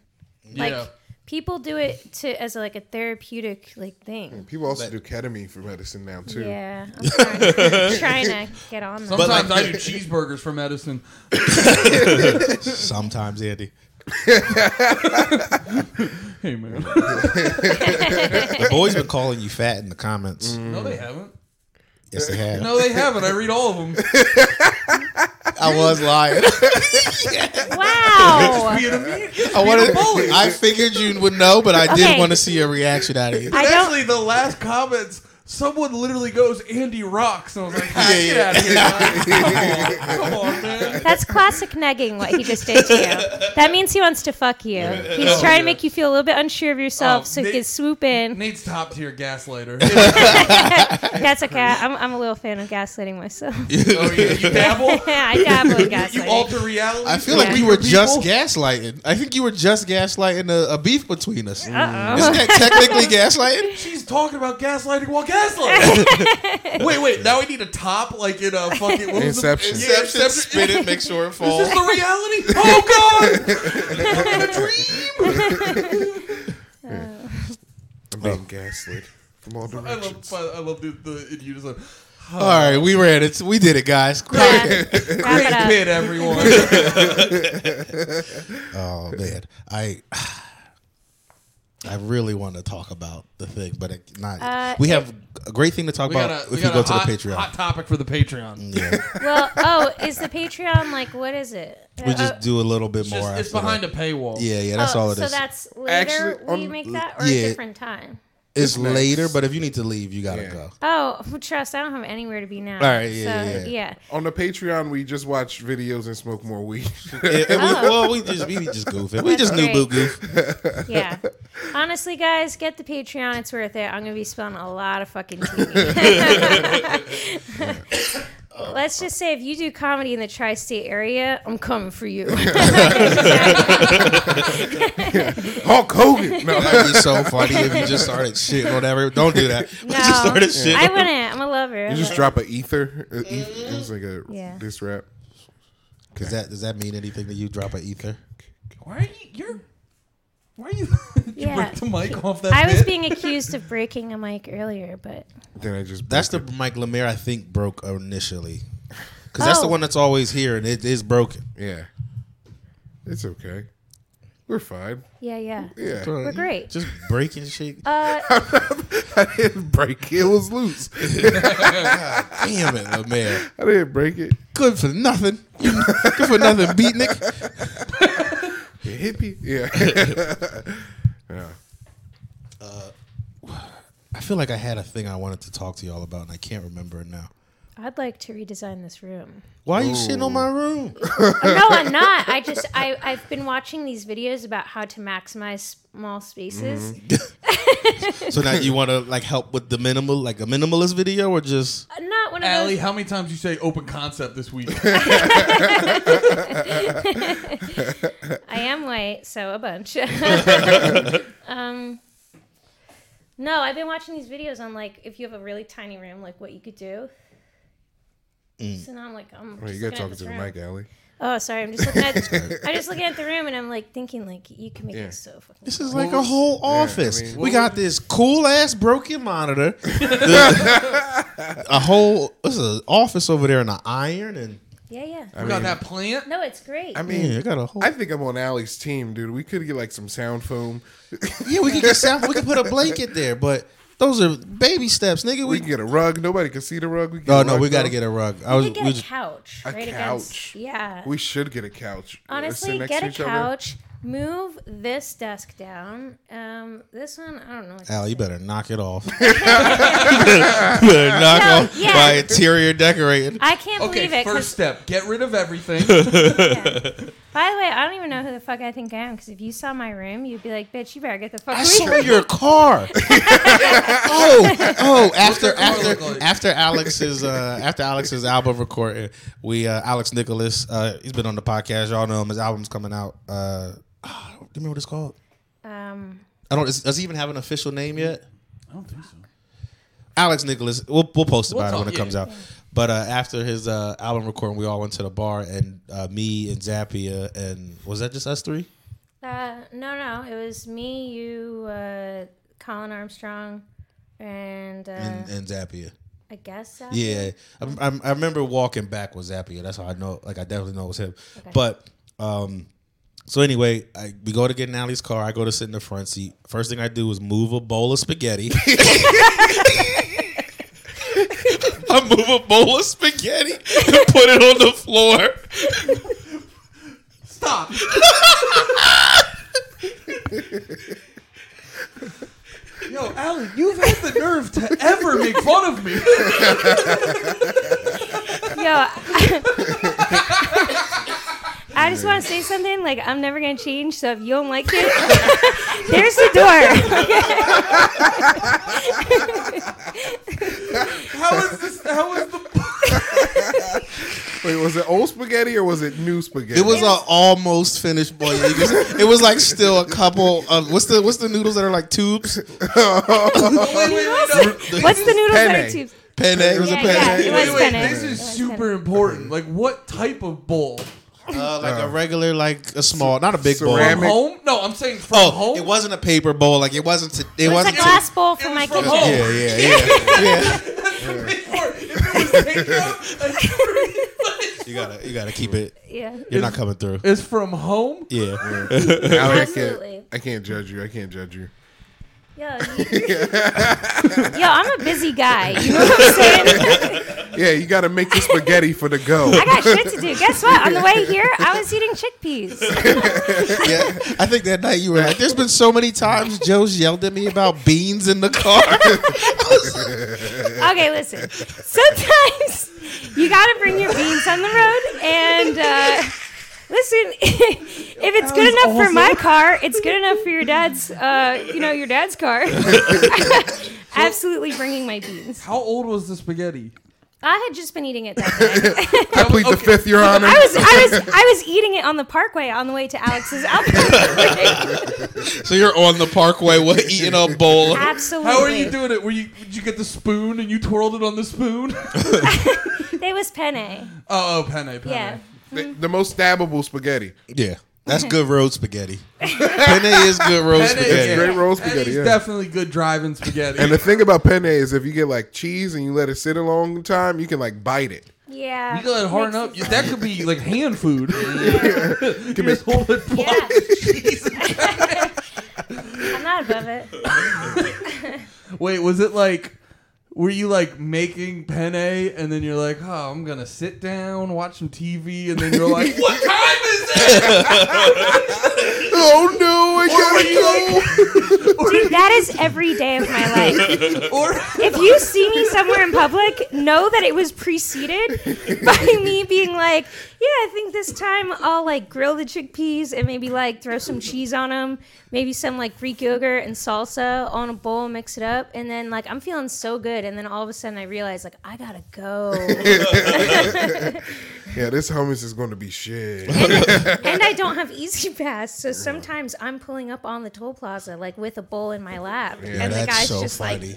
Speaker 4: Like
Speaker 1: yeah.
Speaker 4: people do it to as like a therapeutic like thing.
Speaker 3: People also do ketamine for medicine now too.
Speaker 4: Yeah, I'm trying, trying to get on that.
Speaker 1: Sometimes I do cheeseburgers for medicine.
Speaker 2: Sometimes Andy,
Speaker 1: Hey man.
Speaker 2: the boys been calling you fat in the comments.
Speaker 1: no, they haven't.
Speaker 2: Yes, they have.
Speaker 1: Mm. No, they haven't. I read all of them.
Speaker 2: I was lying.
Speaker 4: wow.
Speaker 1: Being a mean-
Speaker 2: I wanted.
Speaker 1: bully.
Speaker 2: I figured you would know, but I did
Speaker 4: Okay.
Speaker 2: want to see a reaction out of you.
Speaker 4: I don't.
Speaker 1: Actually, the last comments someone literally goes, Andy rocks. And I was like, ah, get out of here. Ryan. Come on, come on, man.
Speaker 4: That's classic negging what he just did to you. That means he wants to fuck you. He's
Speaker 1: Oh,
Speaker 4: trying
Speaker 1: yeah.
Speaker 4: to make you feel a little bit unsure of yourself
Speaker 1: Oh,
Speaker 4: so he
Speaker 1: they-
Speaker 4: can swoop in.
Speaker 1: Nate's top tier gaslighter. Oh,
Speaker 4: That's okay. I'm, I'm a little fan of gaslighting myself.
Speaker 1: oh, yeah. You dabble?
Speaker 4: I dabble in
Speaker 1: You
Speaker 4: gaslighting.
Speaker 1: alter reality?
Speaker 2: I feel
Speaker 1: for
Speaker 2: like you were
Speaker 1: weaker
Speaker 2: just
Speaker 1: people?
Speaker 2: gaslighting. I think you were just gaslighting a, a beef between us. Isn't
Speaker 4: Uh-oh.
Speaker 2: that technically gaslighting?
Speaker 1: She's talking about gaslighting while gaslighting. wait, wait. Now we need a top like in a fucking what was the-
Speaker 3: Inception.
Speaker 1: yeah, Inception.
Speaker 2: spit it, make sure it
Speaker 1: Is
Speaker 2: falls.
Speaker 1: this the reality? Oh god! I'm in a dream.
Speaker 3: I'm being gaslit from
Speaker 1: I
Speaker 3: all
Speaker 1: love,
Speaker 3: directions.
Speaker 1: I love the, the in unison.
Speaker 2: All right, we ran it. We did it, guys. Great.
Speaker 4: Yeah. Wrap
Speaker 1: Great
Speaker 4: it up.
Speaker 1: bit, everyone.
Speaker 2: Oh man, I I really want to talk about the thing, but it, not.
Speaker 4: Uh,
Speaker 2: we have a great thing to talk
Speaker 1: We
Speaker 2: about
Speaker 1: got a, we
Speaker 2: if you
Speaker 1: got
Speaker 2: go
Speaker 1: a
Speaker 2: to
Speaker 1: hot,
Speaker 2: the Patreon.
Speaker 1: hot topic for the
Speaker 4: Mm,
Speaker 1: Patreon.
Speaker 2: Yeah,
Speaker 4: Well, oh, is the Patreon like what is it?
Speaker 2: we
Speaker 4: Uh,
Speaker 2: just do a little bit
Speaker 1: It's,
Speaker 2: more.
Speaker 1: just, it's
Speaker 2: after
Speaker 1: behind
Speaker 2: that.
Speaker 1: a paywall.
Speaker 2: Yeah, yeah, that's
Speaker 4: oh,
Speaker 2: all it is.
Speaker 4: so that's later
Speaker 3: Actually,
Speaker 4: we
Speaker 3: on-
Speaker 4: make that or
Speaker 2: yeah.
Speaker 4: a different time.
Speaker 2: it's
Speaker 3: next.
Speaker 2: later, but if you need to leave, you gotta
Speaker 3: Yeah.
Speaker 2: go.
Speaker 4: Oh, trust, I don't have anywhere to be now.
Speaker 2: All right, yeah,
Speaker 4: so,
Speaker 2: yeah,
Speaker 4: yeah.
Speaker 3: On the Patreon, we just watch videos and smoke more weed.
Speaker 2: Yeah, and we, well, we just we just goofing. We
Speaker 4: Oh. That's
Speaker 2: just knew boo
Speaker 4: great.
Speaker 2: goof.
Speaker 4: yeah. Honestly, guys, get the Patreon. It's worth it. I'm gonna be spilling a lot of fucking tea. Let's just say if you do comedy in the tri-state area, I'm coming for you.
Speaker 3: Hulk Hogan. No,
Speaker 2: That'd be so funny if you just started shitting on everyone. Don't do that. We
Speaker 4: No,
Speaker 2: just started shitting.
Speaker 4: I
Speaker 2: on-
Speaker 4: wouldn't. I'm a lover.
Speaker 3: you just drop an ether. a eth- It was like a
Speaker 4: Yeah.
Speaker 3: this rap.
Speaker 2: Does that does that mean anything to you? Drop an ether.
Speaker 1: Why are you? You're. Why are you? Did you
Speaker 4: Yeah.
Speaker 1: break the mic off that.
Speaker 4: I was
Speaker 1: bit?
Speaker 4: being accused of breaking a mic earlier, but
Speaker 3: Then I just
Speaker 2: That's the
Speaker 3: broke
Speaker 2: Mike Lemire I think broke initially, because that's the
Speaker 4: Oh.
Speaker 2: one that's always here and it is broken.
Speaker 3: it. yeah. It's okay. We're fine.
Speaker 4: yeah, yeah.
Speaker 3: Yeah.
Speaker 2: We're
Speaker 4: great.
Speaker 2: Just breaking shit.
Speaker 4: Uh,
Speaker 3: I didn't break it. It was loose.
Speaker 2: Damn it, Lemire.
Speaker 3: I didn't break it.
Speaker 2: Good for nothing. Good for nothing, beatnik.
Speaker 3: You hippie. Yeah.
Speaker 2: I feel like I had a thing I wanted to talk to y'all about and I can't remember it now.
Speaker 4: I'd like to redesign this room.
Speaker 2: Why are you shitting on my room?
Speaker 4: Oh, no, I'm not. I just I I've been watching these videos about how to maximize small spaces.
Speaker 2: so now you want to like help with the minimal, like a minimalist video, or just
Speaker 4: Uh, Not one of
Speaker 1: Allie,
Speaker 4: those.
Speaker 1: how many times you say open concept this week?
Speaker 4: I am white, so a bunch. um, no, I've been watching these videos on like if you have a really tiny room, like what you could do.
Speaker 1: Mm.
Speaker 4: So now I'm like, I'm.
Speaker 3: Well,
Speaker 4: just
Speaker 3: you got
Speaker 4: looking
Speaker 3: talking
Speaker 4: at this
Speaker 3: to the
Speaker 4: room.
Speaker 3: mic, Allie.
Speaker 4: Oh, sorry. I'm just looking at. I'm just looking at the room, and I'm like thinking, like you can make
Speaker 3: Yeah.
Speaker 4: it so fucking.
Speaker 2: this is like a whole office.
Speaker 3: mean-
Speaker 2: we got this cool ass broken monitor, The- a whole this is an office over there in an iron, and
Speaker 4: Yeah, yeah.
Speaker 1: we got that plant.
Speaker 4: No, it's great.
Speaker 3: I mean,
Speaker 2: yeah, I got a whole.
Speaker 3: I think I'm on Allie's team, dude. We could get like some sound foam.
Speaker 2: yeah, we can get sound. We can put a blanket there, but those are baby steps, nigga.
Speaker 3: We
Speaker 2: We.
Speaker 3: can get a rug. Nobody can see the rug. We can
Speaker 2: Oh
Speaker 3: get a
Speaker 2: no,
Speaker 3: rug,
Speaker 2: we got to
Speaker 3: though.
Speaker 2: get a rug. I
Speaker 4: you
Speaker 2: was.
Speaker 4: could get
Speaker 2: we
Speaker 4: a
Speaker 2: just-
Speaker 4: couch
Speaker 3: A
Speaker 4: right
Speaker 3: couch.
Speaker 4: against. Yeah.
Speaker 3: We should get a couch. Uh, sit
Speaker 4: Honestly,
Speaker 3: next
Speaker 4: get
Speaker 3: to
Speaker 4: a
Speaker 3: each other.
Speaker 4: couch. Move this desk down. Um, this one, I don't know. What
Speaker 2: Al, you better knock it off. you better knock
Speaker 4: No,
Speaker 2: off
Speaker 4: yeah.
Speaker 2: by interior decorating.
Speaker 4: I can't believe
Speaker 1: Okay,
Speaker 4: it.
Speaker 1: first
Speaker 4: 'cause-
Speaker 1: step: get rid of everything.
Speaker 4: by the way, I don't even know who the fuck I think I am. Because if you saw my room, you'd be like, "Bitch, you better get the fuck
Speaker 2: I
Speaker 4: away
Speaker 2: saw
Speaker 4: from me."
Speaker 2: your car. oh, oh! After after
Speaker 1: look like?
Speaker 2: after Alex's uh, after Alex's album recording, we uh, Alex Nicholas. Uh, he's been on the podcast. Y'all know him. His album's coming out. Uh, ah, do you remember what it's called?
Speaker 4: Um,
Speaker 2: I don't. Is, does he even have an official name yet?
Speaker 1: I don't think so.
Speaker 2: Alex Nicholas. We'll, we'll post about
Speaker 1: We'll
Speaker 2: it
Speaker 1: talk,
Speaker 2: when it
Speaker 1: yeah.
Speaker 2: comes out. But uh, after his uh, album recording, we all went to the bar, and uh, me and Zappia, and was that just us three?
Speaker 4: uh, no, no, it was me, you, uh, Colin Armstrong, and uh,
Speaker 2: And, and Zappia.
Speaker 4: I guess uh, that.
Speaker 2: Yeah, I'm, I'm, I remember walking back with Zappia. That's how I know. Like I definitely know it was him. But um, so anyway, I, we go to get in Allie's car. I go to sit in the front seat. First thing I do is move a bowl of spaghetti. I move a bowl of spaghetti and put it on the floor.
Speaker 1: Stop. Yo, Allie, you've had the nerve to ever make fun of me.
Speaker 4: Yo, I just want to say something. Like, I'm never going to change. So if you don't like it, there's the door.
Speaker 1: How is this? How is the?
Speaker 3: Wait, was it old spaghetti or was it new spaghetti?
Speaker 2: It was a almost finished boil. You just- it was like still a couple of what's the what's the noodles that are like tubes?
Speaker 1: Oh, wait, wait, wait, no.
Speaker 4: What's the noodles that
Speaker 3: Penne.
Speaker 4: are too?
Speaker 2: Penne. It was
Speaker 4: Yeah,
Speaker 2: a penne.
Speaker 4: yeah, it
Speaker 1: Wait,
Speaker 4: was
Speaker 1: wait,
Speaker 4: penne.
Speaker 1: this is
Speaker 4: It was
Speaker 1: super important. Like, what type of bowl?
Speaker 2: Uh, like a regular, like a small, not a big bowl.
Speaker 1: From
Speaker 3: Ceramic. Ramen.
Speaker 1: home? No, I'm saying from
Speaker 2: Oh,
Speaker 1: home.
Speaker 2: it wasn't a paper bowl. Like it wasn't. To, it
Speaker 4: It was a
Speaker 2: wasn't. to-
Speaker 4: glass bowl
Speaker 1: It
Speaker 4: for
Speaker 1: was
Speaker 4: my
Speaker 1: from
Speaker 4: kitchen.
Speaker 1: home.
Speaker 2: yeah, yeah, yeah.
Speaker 1: Or if it was takeout, I swear to God.
Speaker 2: You gotta, you gotta keep it.
Speaker 4: Yeah.
Speaker 2: You're not coming through.
Speaker 1: It's from home.
Speaker 2: Yeah.
Speaker 3: Allie, I
Speaker 4: Absolutely.
Speaker 3: can't, I can't judge you. I can't judge you.
Speaker 4: Yo, you- Yo, I'm a busy guy. You know what I'm saying?
Speaker 3: Yeah, you got to make the spaghetti for the go.
Speaker 4: I got shit to do. Guess what? On the way here, I was eating chickpeas.
Speaker 2: yeah. I think that night you were like, "There's been so many times Joe's yelled at me about beans in the car."
Speaker 4: Okay, listen. Sometimes you got to bring your beans on the road. And uh, listen, if it's good
Speaker 1: Sounds
Speaker 4: enough for my
Speaker 1: awesome.
Speaker 4: car, it's good enough for your dad's, uh, you know, your dad's car. Absolutely bringing my beans.
Speaker 1: How old was the spaghetti?
Speaker 4: I had just been eating it that day.
Speaker 3: I plead the fifth, Your Honor.
Speaker 4: I was, I was, I was eating it on the parkway on the way to Alex's outfit.
Speaker 2: so you're on the parkway, what, eating a bowl. of-
Speaker 4: Absolutely.
Speaker 1: How are you doing it? Were you did you get the spoon and you twirled it on the spoon? oh,
Speaker 4: It was penne.
Speaker 1: oh, penne, penne.
Speaker 4: Yeah.
Speaker 3: the, the most stabbable spaghetti.
Speaker 2: Yeah, that's good road spaghetti. Penne is good road
Speaker 1: Penne
Speaker 2: spaghetti.
Speaker 1: is
Speaker 3: Great roll
Speaker 1: Penne's
Speaker 3: spaghetti. Yeah.
Speaker 1: definitely good driving spaghetti.
Speaker 3: and the thing about penne is, if you get like cheese and you let it sit a long time, you can like bite it.
Speaker 4: Yeah.
Speaker 1: you got it hard enough. That could be like hand food. you just hold it.
Speaker 4: Yeah.
Speaker 1: Jesus.
Speaker 4: I'm not above it.
Speaker 1: Wait, was it like were you like making penne and then you're like, oh, I'm gonna sit down, watch some TV, and then you're like, what time is it?
Speaker 3: Oh no! I
Speaker 1: Or were
Speaker 3: gotta go.
Speaker 1: you
Speaker 4: Dude, that is every day of my life.
Speaker 1: like, or
Speaker 4: If you see me somewhere in public, know that it was preceded by me being like, yeah, I think this time I'll like grill the chickpeas and maybe like throw some cheese on them, maybe some like Greek yogurt and salsa on a bowl, mix it up. And then like I'm feeling so good. And then all of a sudden I realize like, I gotta go.
Speaker 3: Yeah, this hummus is going to be shit.
Speaker 4: and I don't have Easy Pass, so sometimes I'm pulling up on the toll plaza like with a bowl in my lap, and the
Speaker 2: that's
Speaker 4: guy's
Speaker 2: so
Speaker 4: just
Speaker 2: funny.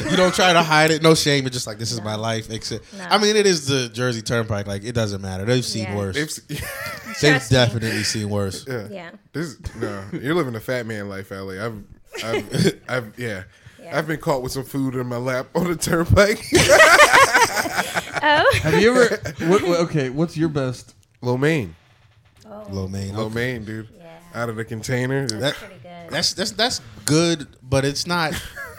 Speaker 4: like,
Speaker 2: you don't try to hide it. No shame. It's just like this is my life. Except, I mean, it is the Jersey Turnpike. Like it doesn't matter. They've seen
Speaker 4: Yeah.
Speaker 2: worse. They've,
Speaker 3: It's-
Speaker 4: Trust me.
Speaker 2: definitely seen worse.
Speaker 4: "Yeah,
Speaker 3: this no, you're living a fat man life, Ellie. I've, I've, I've yeah. I've been caught with some food in my lap on the turnpike.
Speaker 4: oh,
Speaker 1: have you ever? What, what- okay, what's your best?
Speaker 3: Lo mein,
Speaker 2: Low main.
Speaker 3: lo mein, dude.
Speaker 4: Yeah.
Speaker 3: Out of the container.
Speaker 2: That-
Speaker 4: pretty good."
Speaker 2: that's that's that's good, but it's not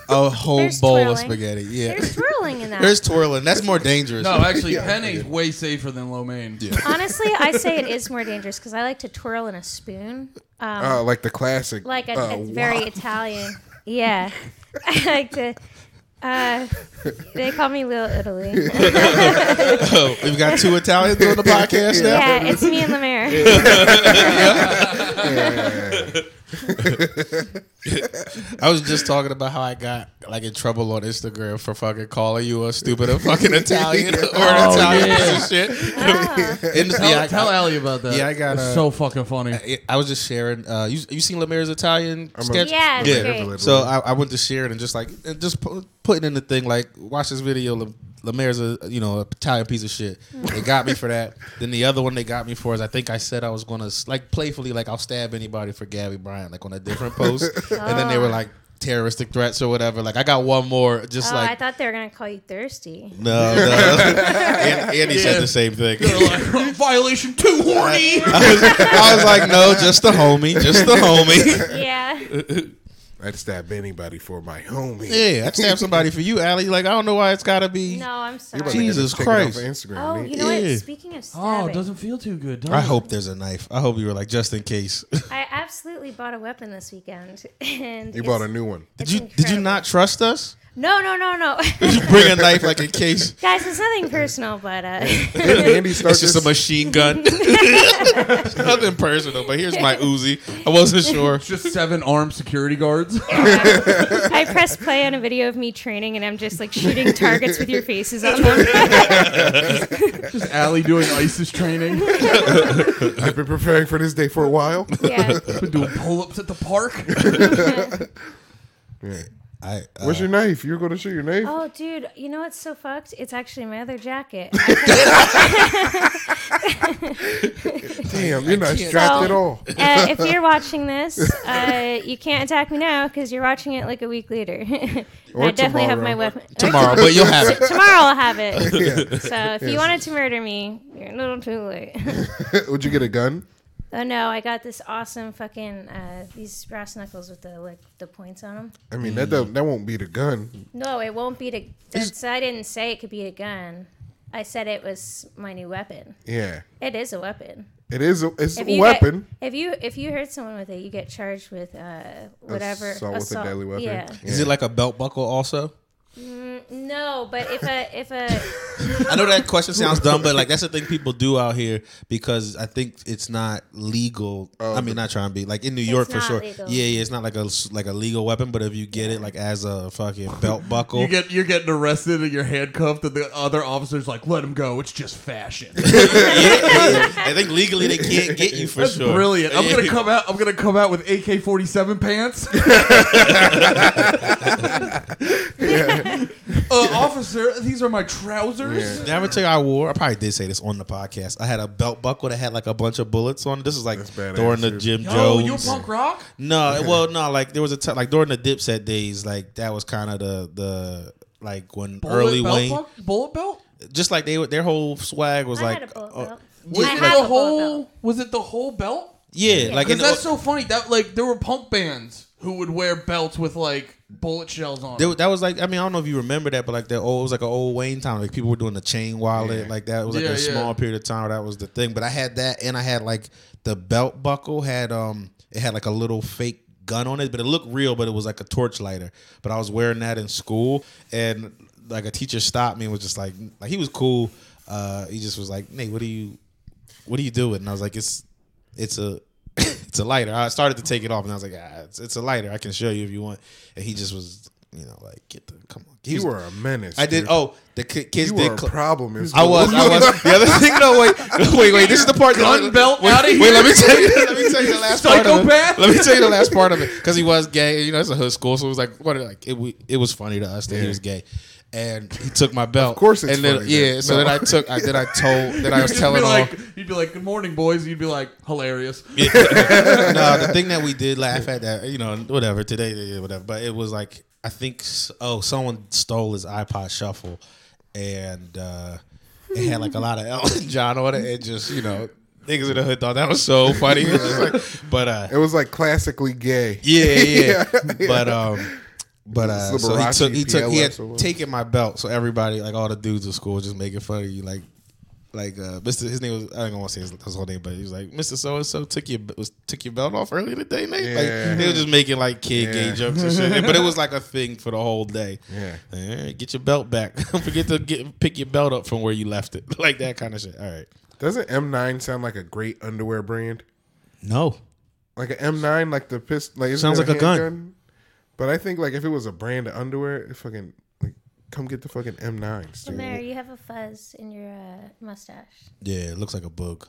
Speaker 2: a whole
Speaker 4: There's
Speaker 2: bowl of
Speaker 4: twirling.
Speaker 2: spaghetti. Yeah,
Speaker 4: There's swirling in that.
Speaker 2: there's twirling. That's more dangerous.
Speaker 1: No, actually, penne's way safer than lo mein. Yeah.
Speaker 4: Honestly, I say it is more dangerous because I like to twirl in a spoon, um,
Speaker 3: Uh, like the classic.
Speaker 4: like a,
Speaker 3: uh,
Speaker 2: Oh,
Speaker 4: it's very Italian. Yeah, I like to. Uh, they call me Little Italy.
Speaker 2: we've got two Italians doing the podcast now.
Speaker 4: Yeah, it's me and the mayor.
Speaker 2: I was just talking about how I got like in trouble on Instagram for fucking calling you a stupid and fucking Italian or an Italian piece of shit. And,
Speaker 1: Tell,
Speaker 2: yeah, I-
Speaker 1: tell Allie about that.
Speaker 2: yeah, I got,
Speaker 1: It's
Speaker 2: uh,
Speaker 1: so fucking funny.
Speaker 2: I, I was just sharing. Uh, you you seen Lemaire's Italian
Speaker 3: a-
Speaker 2: sketch?
Speaker 4: Yeah, it's
Speaker 2: yeah.
Speaker 4: great.
Speaker 2: So I, I went to share it and just like and just pu- putting in the thing like watch this video. Le- Lemaire's a you know a Italian piece of shit.
Speaker 4: Mm.
Speaker 2: They got me for that. Then the other one they got me for is I think I said I was gonna s- like playfully like I'll stab anybody for Gabby Bryant like on a different post. And then they were like terroristic threats or whatever. Like I got one more just
Speaker 4: Oh,
Speaker 2: like
Speaker 4: I thought they were gonna call you thirsty.
Speaker 2: no. no. and, Andy said
Speaker 1: Yeah.
Speaker 2: the same thing.
Speaker 1: Like, "Oh, Violation too horny.
Speaker 2: I was like, no, just the homie, just the homie.
Speaker 4: Yeah.
Speaker 3: I'd stab anybody for my homie.
Speaker 2: Yeah, I'd stab somebody for you, Allie. Like I don't know why it's gotta be.
Speaker 4: No, I'm
Speaker 3: You're about to
Speaker 4: sorry.
Speaker 3: get
Speaker 2: Jesus
Speaker 3: taken off
Speaker 2: Christ.
Speaker 3: of Instagram.
Speaker 4: Oh,
Speaker 3: ain't
Speaker 4: you know
Speaker 2: Yeah.
Speaker 4: what? Speaking
Speaker 1: Oh,
Speaker 4: of
Speaker 1: it
Speaker 4: stabbing,
Speaker 1: doesn't feel too good. Does
Speaker 2: I
Speaker 4: Mm.
Speaker 1: it?
Speaker 2: hope there's a knife. I hope you were like just in case.
Speaker 4: I absolutely bought a weapon this weekend, and
Speaker 3: you bought a
Speaker 4: it's-
Speaker 3: new one.
Speaker 2: did
Speaker 4: It's
Speaker 2: you did you
Speaker 4: incredible.
Speaker 2: not trust us?
Speaker 4: No, no, no, no,
Speaker 2: Did you bring a knife like in case?
Speaker 4: guys. It's nothing personal, but uh,
Speaker 3: Didn't Andy start
Speaker 2: It's just a
Speaker 3: this?
Speaker 2: machine gun. Nothing personal, but here's my Uzi. I wasn't sure.
Speaker 1: Just seven armed security guards.
Speaker 4: I pressed play on a video of me training, and I'm just like shooting targets with your faces on them.
Speaker 1: just Allie doing ISIS training.
Speaker 3: I've been preparing for this day for a while.
Speaker 4: yeah.
Speaker 1: Been doing pull ups at the park.
Speaker 3: Yeah.
Speaker 2: I, uh,
Speaker 3: Where's your knife? You're going to shoot your knife?
Speaker 4: Oh, dude, you know what's so fucked? It's actually my other jacket.
Speaker 3: Damn, you're not strapped at all.
Speaker 4: uh, if you're watching this, uh, you can't attack me now because you're watching it like a week later. And I definitely have my
Speaker 3: tomorrow.
Speaker 4: weapon. or
Speaker 2: tomorrow, but you'll have it.
Speaker 4: t- tomorrow I'll have it. So if you wanted to murder me, you're a little too late.
Speaker 3: Would you get a gun?
Speaker 4: oh no, I got this awesome fucking uh, these brass knuckles with the like the points on them.
Speaker 3: I mean,
Speaker 2: Mm.
Speaker 3: that don't, that won't beat a gun.
Speaker 4: No, it won't be a. That's, I didn't say it could be a gun. I said it was my new weapon.
Speaker 3: Yeah,
Speaker 4: It is a weapon.
Speaker 3: it is. A, it's
Speaker 4: If
Speaker 3: a
Speaker 4: you
Speaker 3: weapon.
Speaker 4: Get, if you if you hurt someone with it, you get charged with uh, whatever
Speaker 3: Assault with a deadly weapon.
Speaker 4: Yeah.
Speaker 2: Is it like a belt buckle also?
Speaker 4: No, but if a if a
Speaker 2: I know that question sounds dumb, but like that's the thing people do out here because I think it's not legal.
Speaker 1: Oh,
Speaker 2: I mean, not trying to be like in New York for
Speaker 4: not
Speaker 2: sure.
Speaker 4: legal.
Speaker 2: Yeah, yeah, it's not like a like a legal weapon, but if you get it like as a fucking belt buckle,
Speaker 1: You get you're getting arrested and you're handcuffed, and the other officer's like, "Let him go. It's just fashion."
Speaker 2: I think legally they can't get you for
Speaker 1: That's
Speaker 2: sure.
Speaker 1: brilliant. I'm gonna
Speaker 2: Yeah.
Speaker 1: come out. I'm gonna come out with AK-47 pants. uh, officer, these are my trousers.
Speaker 2: Did I ever tell you I wore? I probably did say this on the podcast. I had a belt buckle that had like a bunch of bullets on. it. This is like
Speaker 3: badass,
Speaker 2: during the
Speaker 3: dude.
Speaker 2: Jim
Speaker 1: Yo,
Speaker 2: Jones.
Speaker 1: you punk rock?
Speaker 2: No, well, no, like there was a t- like during the Dipset days, like that was kind of the the like when
Speaker 1: Bullet
Speaker 2: early
Speaker 1: belt
Speaker 2: Wayne,
Speaker 1: punk- bullet belt?
Speaker 2: just like they would- their whole swag was
Speaker 4: I
Speaker 2: like,
Speaker 4: had a bullet
Speaker 3: oh,
Speaker 2: uh,
Speaker 4: belt.
Speaker 1: Was
Speaker 4: I
Speaker 1: it
Speaker 4: had
Speaker 1: the
Speaker 4: a bullet
Speaker 1: whole?
Speaker 4: belt.
Speaker 1: Was it the whole belt?
Speaker 2: yeah, like
Speaker 1: Because
Speaker 2: in the,
Speaker 1: that's so funny. That like there were punk bands who would wear belts with like bullet shells on.
Speaker 2: there- that was like I mean I don't know if you remember that, but like the old it was like an old Wayne time, like people were doing the chain wallet, like that it was like
Speaker 1: Yeah,
Speaker 2: a
Speaker 1: yeah.
Speaker 2: small period of time where that was the thing. But I had that, and I had like the belt buckle had um it had like a little fake gun on it, but it looked real, but it was like a torch lighter. But I was wearing that in school, and like a teacher stopped me and was just like like he was cool. Uh, he just was like, Nate, what are you what are you doing? And I was like, it's it's a it's a lighter. I started to take it off, and I was like, ah, it's, it's a lighter. I can show you if you want. And he just was, you know, like, get the come on. He
Speaker 3: You
Speaker 2: was-
Speaker 3: were a menace.
Speaker 2: I did.
Speaker 3: dude.
Speaker 2: Oh, the ki- kids
Speaker 3: you were
Speaker 2: did.
Speaker 3: a
Speaker 2: cl-
Speaker 3: problem. in
Speaker 2: I
Speaker 3: school.
Speaker 2: was. I was. The other thing, no, wait, wait, wait. This is the part.
Speaker 1: Gun belt
Speaker 2: Wait,
Speaker 1: outta
Speaker 2: wait.
Speaker 1: here.
Speaker 2: Let me tell you. Let me tell you the last
Speaker 1: Psychopath.
Speaker 2: part. Of it. Let me tell you the last part of it because he was gay. You know, it's a hood school, so it was like, what? Like, it, we- it was funny to us that he was gay. And he took my belt. Of
Speaker 3: course it's
Speaker 2: and then,
Speaker 3: funny,
Speaker 2: yeah.
Speaker 3: man.
Speaker 2: So then I took. I, then I told. Then I was
Speaker 1: You'd
Speaker 2: telling
Speaker 1: be
Speaker 2: all.
Speaker 1: like, you'd be like, "Good morning, boys." You'd be like, "Hilarious."
Speaker 2: no, the thing that we did laugh at that, you know, whatever today, yeah, whatever. But it was like I think s- oh, someone stole his iPod Shuffle, and uh, it had like a lot of Elton John on it, and just you know, niggas in the hood thought that was so funny. It was just like, but uh,
Speaker 3: It was like classically gay.
Speaker 2: yeah, yeah, but um. But uh,
Speaker 3: This is
Speaker 2: so he took he
Speaker 3: Liberace
Speaker 2: took he
Speaker 3: PLS or
Speaker 2: had
Speaker 3: what?
Speaker 2: taken my belt, so everybody like all the dudes at school was just making fun of you, like like uh, Mr. His name was I don't want to say his, his whole name, but he was like Mr. So and So took your was took your belt off earlier today, Nate.
Speaker 3: Yeah.
Speaker 2: Like they were just making like kid gay
Speaker 3: Yeah.
Speaker 2: jokes and shit, but it was like a thing for the whole day.
Speaker 3: Yeah.
Speaker 2: Eh, get your belt back. Don't forget to get pick your belt up from where you left it, like that kind of shit. All right,
Speaker 3: Doesn't M9 sound like a great underwear brand?
Speaker 2: no,
Speaker 3: Like an M9, like the pistol. Like, isn't
Speaker 2: Sounds
Speaker 3: it
Speaker 2: like a gun.
Speaker 3: handgun? But I think like if it was a brand of underwear, it fucking like come get the fucking M9s.
Speaker 4: So Mayor,
Speaker 3: Dude.
Speaker 4: you have a fuzz in your uh, mustache.
Speaker 2: yeah, it looks like a bug.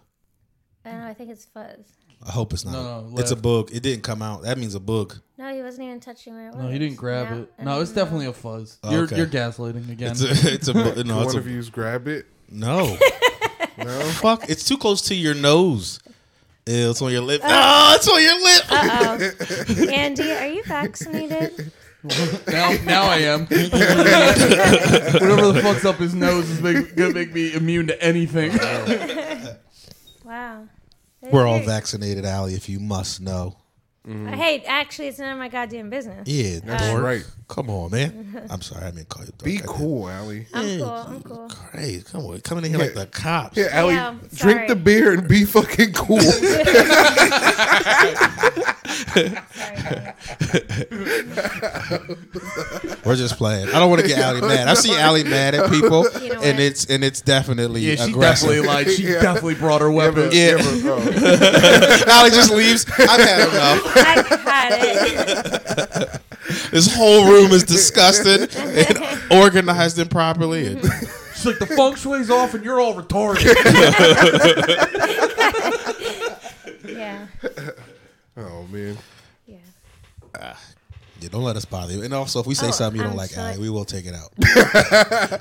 Speaker 4: I don't know. I think it's fuzz.
Speaker 2: I hope it's not.
Speaker 1: No, no,
Speaker 2: it's a
Speaker 1: left.
Speaker 2: bug. It didn't come out. That means a bug.
Speaker 4: No, he wasn't even touching where it was.
Speaker 1: No, he didn't grab
Speaker 4: No,
Speaker 1: it.
Speaker 4: I
Speaker 1: No,
Speaker 4: don't
Speaker 1: it's
Speaker 4: know.
Speaker 1: definitely a fuzz.
Speaker 2: Oh,
Speaker 1: you're
Speaker 2: okay.
Speaker 1: you're gaslighting again.
Speaker 2: It's a, it's a bu-
Speaker 3: Can
Speaker 2: no, it's
Speaker 3: one
Speaker 2: a,
Speaker 3: of you's grab it.
Speaker 2: no.
Speaker 3: No.
Speaker 2: Fuck, it's too close to your nose. Ew, it's on your lip. Ah, it's on your
Speaker 4: uh,
Speaker 2: lip.
Speaker 4: Uh-oh. Andy, are you vaccinated?
Speaker 1: now, now I am. Whatever the fuck's up his nose is make, gonna make me immune to anything.
Speaker 2: Oh,
Speaker 4: Wow.
Speaker 2: We're all
Speaker 4: Very-
Speaker 2: vaccinated, Allie, if you must know.
Speaker 4: Hey, actually, it's none of my goddamn business.
Speaker 2: Yeah,
Speaker 4: That's
Speaker 2: dork.
Speaker 3: right.
Speaker 2: Come on, man. I'm sorry, I didn't call you. Dork. I
Speaker 3: Be
Speaker 2: did.
Speaker 3: cool, Allie.
Speaker 4: I'm cool. I'm cool.
Speaker 2: Crazy. Come on, coming in here like the cops.
Speaker 3: Yeah, Allie,
Speaker 4: Yeah, I'm sorry.
Speaker 3: drink the beer and be fucking cool.
Speaker 2: We're just playing. I don't want to get Allie mad. I see Allie mad at people,
Speaker 4: You know
Speaker 2: and
Speaker 4: what?
Speaker 2: it's and it's definitely
Speaker 1: Yeah, she
Speaker 2: aggressive.
Speaker 1: definitely like she definitely brought her weapon.
Speaker 2: Yeah.
Speaker 3: oh.
Speaker 2: Allie just leaves. I've had enough.
Speaker 4: I got it.
Speaker 2: This whole room is disgusted and organized improperly. And
Speaker 1: She's like the feng shui's off and you're all retarded.
Speaker 4: Yeah.
Speaker 3: oh man,
Speaker 4: Yeah.
Speaker 2: yeah, don't let us bother you. And also, if we say
Speaker 4: Oh,
Speaker 2: something you don't
Speaker 4: I'm
Speaker 2: like,
Speaker 4: sorry.
Speaker 2: Allie, we will take it out.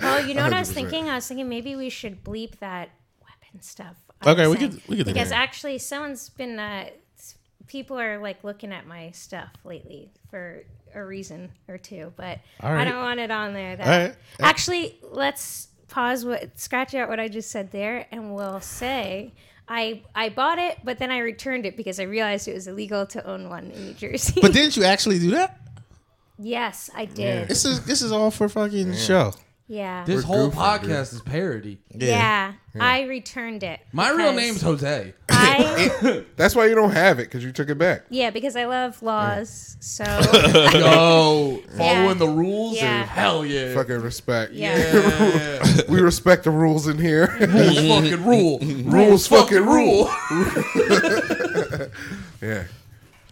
Speaker 4: Oh, you know what I was thinking? I was thinking maybe we should bleep that weapon stuff. I
Speaker 2: Okay,
Speaker 4: was
Speaker 2: we could-
Speaker 4: saying.
Speaker 2: we could do
Speaker 4: Because
Speaker 2: that.
Speaker 4: actually, someone's been. Uh, s- people are like looking at my stuff lately for a reason or two, but
Speaker 2: All right.
Speaker 4: I don't want it on there. That
Speaker 2: All right.
Speaker 4: actually, let's pause. What scratch out what I just said there, and we'll say. I, I bought it, but then I returned it because I realized it was illegal to own one in New Jersey.
Speaker 2: But didn't you actually do that?
Speaker 4: yes, I did.
Speaker 2: This is this is all for fucking show.
Speaker 4: Yeah.
Speaker 1: this whole
Speaker 3: goofing, dude.
Speaker 1: podcast is parody.
Speaker 4: Yeah. I returned it.
Speaker 1: My real
Speaker 4: because
Speaker 1: name's Jose.
Speaker 4: I
Speaker 3: that's why you don't have it because you took it back.
Speaker 4: Yeah, because I love laws. So
Speaker 1: Yo, following the rules?
Speaker 4: Yeah.
Speaker 1: Hell yeah.
Speaker 3: Fucking respect.
Speaker 4: yeah.
Speaker 1: Yeah.
Speaker 3: we respect the rules in here.
Speaker 1: rules fucking rule.
Speaker 3: Rules fucking rule.
Speaker 1: rule.
Speaker 3: yeah,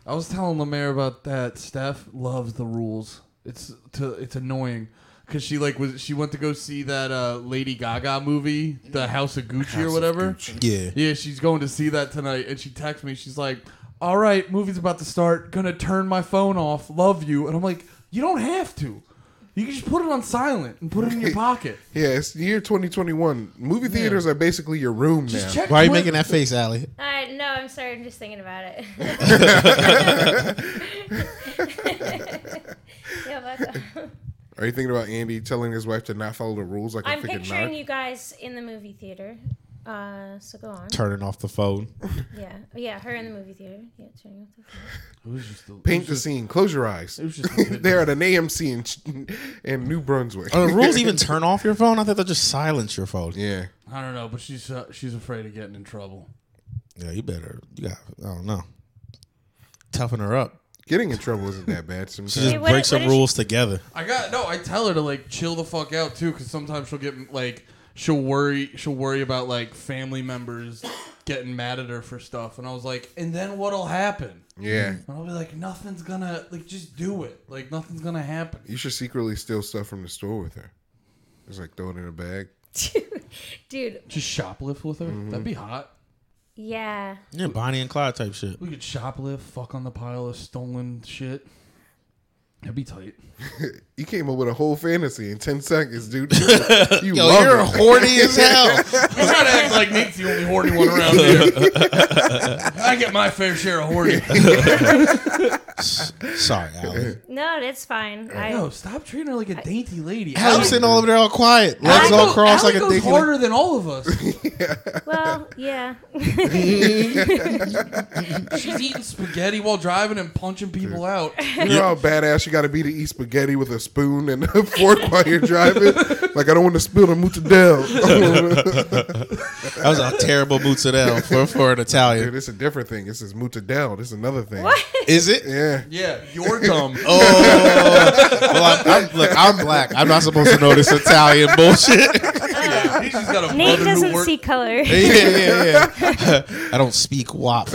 Speaker 1: I was telling Lemaire about that. Steph loves the rules. It's to, it's annoying because she like was she went to go see that uh, Lady Gaga movie, The House of Gucci or whatever.
Speaker 2: Yeah.
Speaker 1: Yeah, she's going to see that tonight, and she texts me. She's like, "All right, movie's about to start. Gonna turn my phone off. Love you." And I'm like, "You don't have to. You can just put it on silent and put it in your pocket.
Speaker 3: yeah. It's the year 2021. Movie theaters are basically your room now.
Speaker 1: Just check."
Speaker 2: Why are you
Speaker 1: Twitter.
Speaker 2: making that face, Allie?
Speaker 4: I no, I'm sorry. I'm just thinking about it. yeah, but um,
Speaker 3: Are you thinking about Andy telling his wife to not follow the rules like
Speaker 4: I'm
Speaker 3: a freaking
Speaker 4: picturing
Speaker 3: narc?
Speaker 4: you guys in the movie theater. Uh, so go on.
Speaker 2: Turning off the phone.
Speaker 4: Yeah, yeah, her in the movie theater. Yeah, turning off the phone.
Speaker 1: It was just a- it
Speaker 3: Paint
Speaker 1: was
Speaker 3: the
Speaker 1: just-
Speaker 3: scene. Close your eyes.
Speaker 1: It was just a-
Speaker 3: They're at an AMC in, in New Brunswick.
Speaker 2: Are the rules even turn off your phone? I thought they just silence your phone.
Speaker 3: yeah.
Speaker 1: I don't know, but she's uh, she's afraid of getting in trouble.
Speaker 2: Yeah, you better. You got. I don't know. Toughen her up.
Speaker 3: Getting in trouble isn't that bad sometimes.
Speaker 2: She just
Speaker 4: Hey, what-
Speaker 2: break
Speaker 4: what
Speaker 2: some
Speaker 4: is she-
Speaker 2: rules together.
Speaker 1: I got no. I tell her to like chill the fuck out too, because sometimes she'll get like she'll worry she'll worry about like family members getting mad at her for stuff, and I was like, and then what'll happen?
Speaker 3: yeah.
Speaker 1: And I'll be like, nothing's gonna like just do it. Like nothing's gonna happen.
Speaker 3: You should secretly steal stuff from the store with her. Just like throw it in a bag.
Speaker 4: Dude,
Speaker 1: Just shoplift with her. That'd be hot.
Speaker 4: yeah,
Speaker 2: Yeah, Bonnie and Clyde type shit.
Speaker 1: We could shoplift, fuck on the pile of stolen shit. That'd be tight.
Speaker 3: You came up with a whole fantasy in ten seconds, dude. You
Speaker 2: Yo,
Speaker 3: love
Speaker 2: you're
Speaker 3: it.
Speaker 2: horny as hell.
Speaker 1: Let's not act like Nate's the only horny one around here. I get my fair share of horny.
Speaker 2: Sorry, Allie.
Speaker 4: no, that's fine. I,
Speaker 1: No, stop treating her like a dainty lady.
Speaker 2: Allie was sitting all over there all quiet. Legs
Speaker 1: Allie
Speaker 2: all
Speaker 1: goes-
Speaker 2: crossed
Speaker 1: Allie
Speaker 2: like a
Speaker 1: goes
Speaker 2: dick.
Speaker 1: harder than all of us.
Speaker 4: well, yeah,
Speaker 1: She's eating spaghetti while driving and punching people out.
Speaker 3: You know how badass you got to be to eat spaghetti with a spoon and a fork while you're driving. like I don't want to spill the mozzarella.
Speaker 2: That was a terrible mozzarella for, for an
Speaker 3: Dude,
Speaker 2: Italian.
Speaker 3: it's a different thing. This is mozzarella. This is another thing.
Speaker 2: Is it?
Speaker 3: Yeah.
Speaker 1: Yeah, you're dumb.
Speaker 2: Oh. Well, I'm, I'm, look, I'm black. I'm not supposed to know this Italian bullshit.
Speaker 1: He's just Oh, got a brother
Speaker 4: Nate
Speaker 1: who
Speaker 4: doesn't
Speaker 1: works-
Speaker 4: see color.
Speaker 2: yeah, yeah, yeah. I don't speak WAP.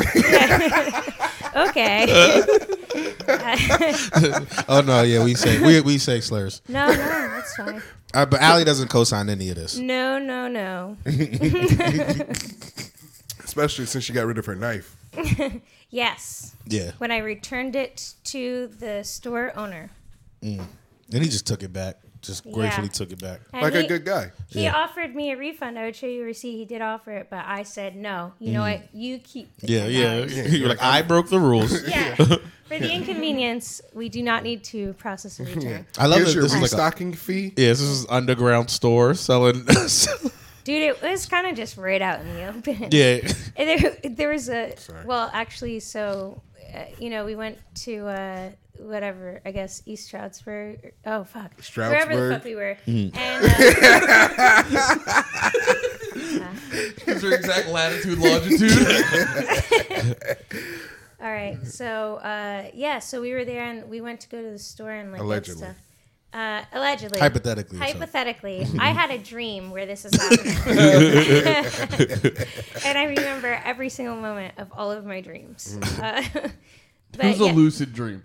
Speaker 4: okay,
Speaker 2: Oh no, yeah, we say we, we say slurs.
Speaker 4: no, no, that's fine.
Speaker 2: Uh, but Allie doesn't co-sign any of this.
Speaker 4: No, no, no.
Speaker 3: Especially since she got rid of her knife.
Speaker 4: Yes.
Speaker 2: Yeah,
Speaker 4: When I returned it to the store owner.
Speaker 2: and he just took it back. Just gratefully took it back.
Speaker 4: And
Speaker 3: Like
Speaker 4: he,
Speaker 3: a good guy.
Speaker 4: he
Speaker 2: Yeah.
Speaker 4: offered me a refund. I would show you a receipt. He did offer it, but I said no. You know what? You keep. the
Speaker 2: Yeah, yeah.
Speaker 4: $10.
Speaker 2: You're like, I broke the rules.
Speaker 4: Yeah. For the inconvenience, we do not need to process a return.
Speaker 2: I love
Speaker 3: Here's
Speaker 2: that
Speaker 3: your
Speaker 2: this is like a,
Speaker 3: restocking fee.
Speaker 2: yeah, this is underground store selling.
Speaker 4: Dude, it was kind of just right out in the open.
Speaker 2: yeah,
Speaker 4: And there, there was a
Speaker 3: Sorry.
Speaker 4: well, actually, so uh, you know, we went to uh, whatever, I guess East Stroudsburg. Oh fuck, wherever
Speaker 3: Stroudsburg.
Speaker 4: the fuck we were. And uh,
Speaker 1: Is there exact latitude, longitude?
Speaker 4: all
Speaker 2: Mm-hmm.
Speaker 4: right, so uh, yeah, so we were there and we went to go to the store and like get
Speaker 3: Allegedly.
Speaker 4: stuff. Uh, allegedly.
Speaker 2: Hypothetically, so.
Speaker 4: Hypothetically, I had a dream where this is happening. and I remember every single moment of all of my dreams.
Speaker 2: Mm.
Speaker 4: Uh, but
Speaker 1: it was a
Speaker 4: yeah.
Speaker 1: lucid dream.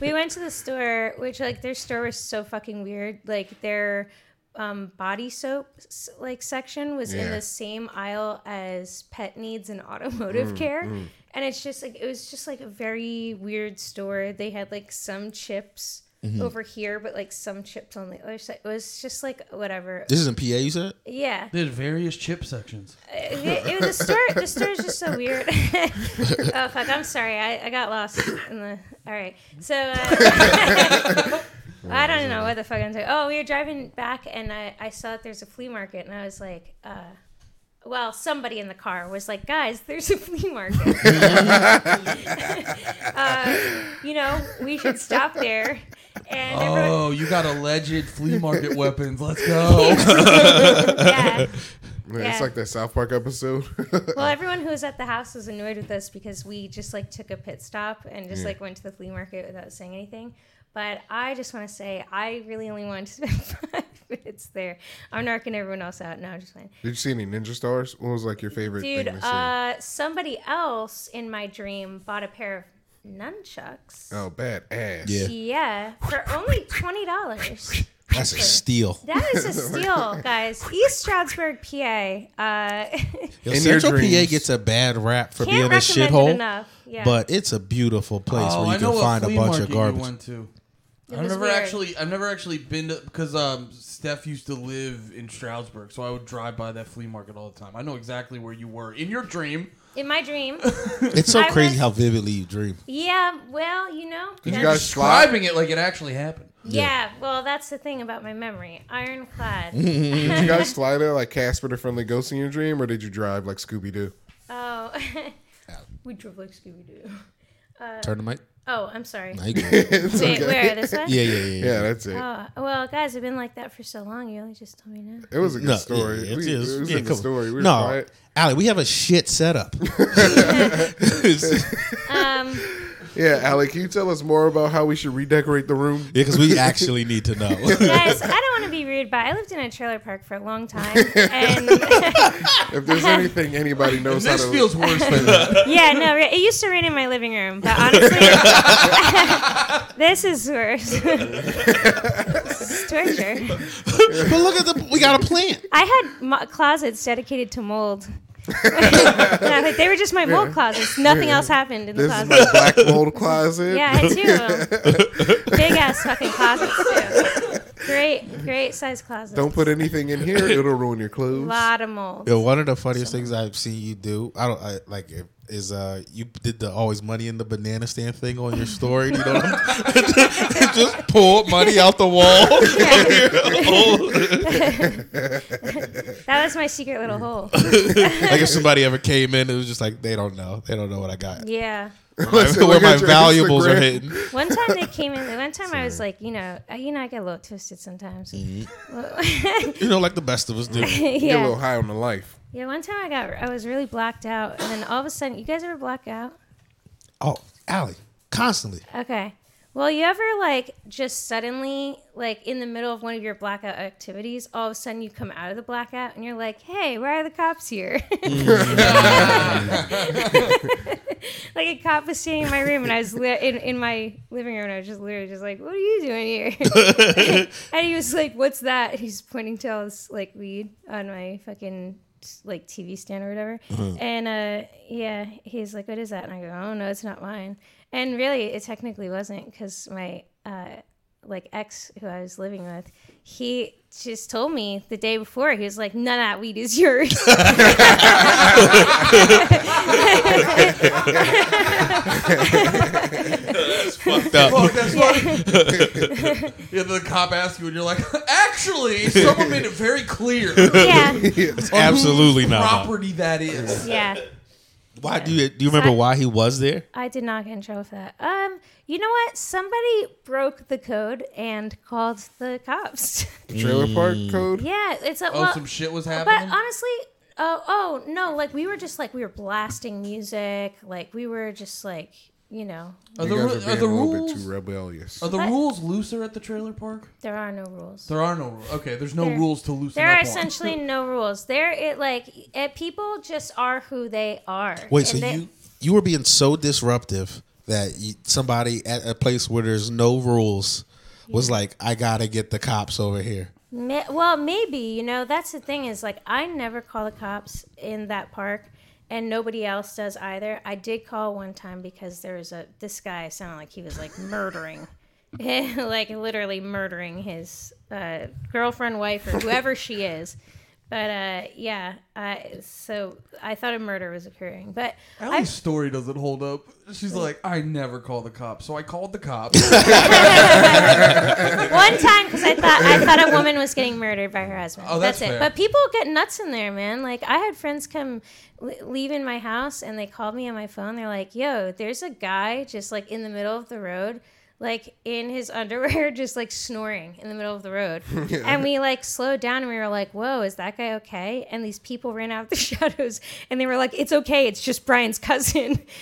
Speaker 4: we went to the store, which like their store was so fucking weird. Like their um, body soap s- like section was in
Speaker 3: Yeah.
Speaker 4: the same aisle as pet needs and automotive care, and it's just like it was just like a very weird store. They had like some chips. Over here, but like some chips on the other side. It was just like whatever.
Speaker 2: This is in PA, you said?
Speaker 4: Yeah,
Speaker 1: They had various chip sections.
Speaker 4: it, it was the store. The store is just so weird. oh fuck! I'm sorry. I, I got lost in the. All right. So uh, I don't know what the fuck I'm saying. Oh, we were driving back, and I I saw that there's a flea market, and I was like, uh, well, somebody in the car was like, guys, there's a flea market. uh, you know, we should stop there. And everyone,
Speaker 1: Oh, you got alleged flea market weapons. Let's go.
Speaker 4: yeah.
Speaker 3: Man, It's
Speaker 4: Yeah.
Speaker 3: like that South Park episode.
Speaker 4: Well, everyone who was at the house was annoyed with us because we just like took a pit stop and just like went to the flea market without saying anything. But I just want to say I really only wanted to spend five minutes there. I'm narking everyone else out. No, I'm just fine.
Speaker 3: Did you see any Ninja Stars? What was like your favorite
Speaker 4: Dude,
Speaker 3: thing to see?
Speaker 4: uh, somebody else in my dream bought a pair of nunchucks.
Speaker 3: oh, bad ass.
Speaker 2: Yeah.
Speaker 4: Yeah, for only twenty dollars.
Speaker 2: That's a steal.
Speaker 4: That is a steal, guys. East Stroudsburg, PA. Uh,
Speaker 2: Yo,
Speaker 3: In your
Speaker 2: Central PA
Speaker 3: dreams.
Speaker 2: gets a bad rap for being
Speaker 4: can't
Speaker 2: a
Speaker 4: recommend it
Speaker 2: shithole,
Speaker 4: enough. Yeah.
Speaker 2: but it's a beautiful place
Speaker 1: oh,
Speaker 2: where
Speaker 1: I
Speaker 2: you
Speaker 1: know
Speaker 2: can
Speaker 1: a
Speaker 2: find
Speaker 1: flea
Speaker 2: a bunch
Speaker 1: market
Speaker 2: of garbage.
Speaker 1: you went to.
Speaker 4: It
Speaker 1: I've
Speaker 4: was
Speaker 1: never
Speaker 4: weird.
Speaker 1: actually, I've never actually been to because um, Steph used to live in Stroudsburg, so I would drive by that flea market all the time. I know exactly where you were in your dream.
Speaker 4: in my dream.
Speaker 2: It's so
Speaker 4: I
Speaker 2: crazy
Speaker 4: was-
Speaker 2: how vividly you dream.
Speaker 4: Yeah, well, you know.
Speaker 3: Did you
Speaker 4: that's-
Speaker 3: guys slide?
Speaker 1: Describing it like it actually happened.
Speaker 4: yeah, well, that's the thing about my memory. Ironclad.
Speaker 3: Did you guys fly there like Casper the Friendly Ghost in your dream, or did you drive like Scooby Doo?
Speaker 4: oh. we drove like Scooby Doo.
Speaker 2: Turn the mic.
Speaker 4: Oh, I'm sorry.
Speaker 2: No, you good.
Speaker 4: Wait, where? This way?
Speaker 2: yeah, yeah, yeah. yeah.
Speaker 3: Yeah, that's it.
Speaker 4: Oh, well, guys, I've been like that for so long. You only just told me now.
Speaker 3: It was a good
Speaker 2: No,
Speaker 3: story.
Speaker 2: yeah, yeah,
Speaker 3: we,
Speaker 2: it's-
Speaker 3: it was
Speaker 2: yeah,
Speaker 3: a good
Speaker 2: come on.
Speaker 3: story. We were
Speaker 2: no,
Speaker 3: quiet.
Speaker 2: Allie, we have a shit setup. yeah,
Speaker 4: Um,
Speaker 3: Yeah, Allie, can you tell us more about how we should redecorate the room?
Speaker 2: because we actually need to know.
Speaker 4: guys, I don't want to be rude, but I lived in a trailer park for a long time, and
Speaker 3: If there's anything anybody knows how
Speaker 1: This
Speaker 3: to
Speaker 1: feels worse than that.
Speaker 4: Yeah, no, it used to rain in my living room, but honestly, this is worse. This is torture.
Speaker 2: but look at the. We got a plan.
Speaker 4: I had mo- closets dedicated to mold. No, like, they were just my mold closets. Nothing else happened in the
Speaker 3: this is
Speaker 4: closet.
Speaker 3: my black mold closet.
Speaker 4: Yeah, I had two of them. Big ass fucking closets too. Great, great size closets.
Speaker 3: Don't put anything in here; it'll ruin your clothes.
Speaker 4: lot of mold.
Speaker 2: Yo, one of the funniest things I've seen you do, I don't I, like, it, is uh, you did the always money in the banana stand thing on your story. You know, what I'm- just pull money out the wall.
Speaker 4: That was my secret little
Speaker 3: Mm.
Speaker 4: hole.
Speaker 2: like if somebody ever came in, it was just like they don't know, they don't know what I got,
Speaker 4: Yeah.
Speaker 3: Listen,
Speaker 2: where
Speaker 3: look
Speaker 2: my
Speaker 3: at your
Speaker 2: valuables are
Speaker 3: Instagram.
Speaker 2: hidden.
Speaker 4: One time they came in. One time I was like, you know, uh, you know, I get a little twisted sometimes.
Speaker 2: You know, like the best of us do.
Speaker 3: Get a
Speaker 4: yeah.
Speaker 3: little high on the life.
Speaker 4: Yeah, one time I got I was really blacked out and then all of a sudden you guys ever black out?
Speaker 2: Oh, Allie, constantly.
Speaker 4: Okay. Well, you ever like just suddenly like in the middle of one of your blackout activities, all of a sudden you come out of the blackout and you're like, "Hey, why are the cops here?" like a cop was standing in my room and I was li- in in my living room and I was just literally just like, "What are you doing here?" and he was like, "What's that?" And he's pointing to all this like weed on my fucking like TV stand or whatever. And uh, yeah, he's like, "What is that?" And I go, "Oh no, it's not mine." And really, it technically wasn't because my uh, like ex who I was living with, he just told me the day before he was like, "None of that weed is yours."
Speaker 2: Fucked up.
Speaker 1: Fuck, that's funny. yeah, the cop asks you, and you're like, actually, someone made it very clear on
Speaker 4: yeah,
Speaker 2: Absolutely
Speaker 1: whose
Speaker 2: not.
Speaker 1: property that is.
Speaker 4: yeah.
Speaker 2: Why do you do you remember why he was there?
Speaker 4: I did not get in trouble for that. Um, you know what? Somebody broke the code and called the cops.
Speaker 3: The trailer park code.
Speaker 4: yeah, it's a
Speaker 1: Oh,
Speaker 4: well,
Speaker 1: some shit was
Speaker 4: but uh,
Speaker 1: happening.
Speaker 4: honestly, oh, oh no, like we were just like we were blasting music, like we were just like you know,
Speaker 1: are the, ru-
Speaker 3: You guys are
Speaker 1: are
Speaker 3: being
Speaker 1: the
Speaker 3: a little bit
Speaker 1: rules
Speaker 3: too rebellious.
Speaker 1: are the
Speaker 4: I-
Speaker 1: rules looser at the trailer park?
Speaker 4: there are no rules.
Speaker 1: There are no rules. Okay, there's no
Speaker 4: There-
Speaker 1: rules to loosen
Speaker 4: There
Speaker 1: up
Speaker 4: are
Speaker 1: on.
Speaker 4: essentially no rules. There, it like it, people just are who they are.
Speaker 2: Wait, so
Speaker 4: And they-
Speaker 2: you you were being so disruptive that you, somebody at a place where there's no rules was like, I gotta get the cops over here.
Speaker 4: Ma- Well, maybe you know that's the thing is like I never call the cops in that park, and nobody else does either. I did call one time because there was a this guy sounded like he was like murdering, like literally murdering his uh, girlfriend, wife, or whoever she is. But uh, yeah, I, so I thought a murder was occurring, but
Speaker 1: Ellie's
Speaker 4: I,
Speaker 1: story doesn't hold up. She's like, I never call the cops, so I called the cops.
Speaker 4: one time because I thought I thought a woman was getting murdered by her husband.
Speaker 1: Oh, that's
Speaker 4: that's, it.
Speaker 1: fair.
Speaker 4: But people get nuts in there, man. Like I had friends come l- leaving my house and they called me on my phone. They're like, "Yo, there's a guy just like in the middle of the road." Like in his underwear, just like snoring in the middle of the road. And we like slowed down and we were like, whoa, is that guy okay? And these people ran out of the shadows and they were like, it's okay, it's just Brian's cousin.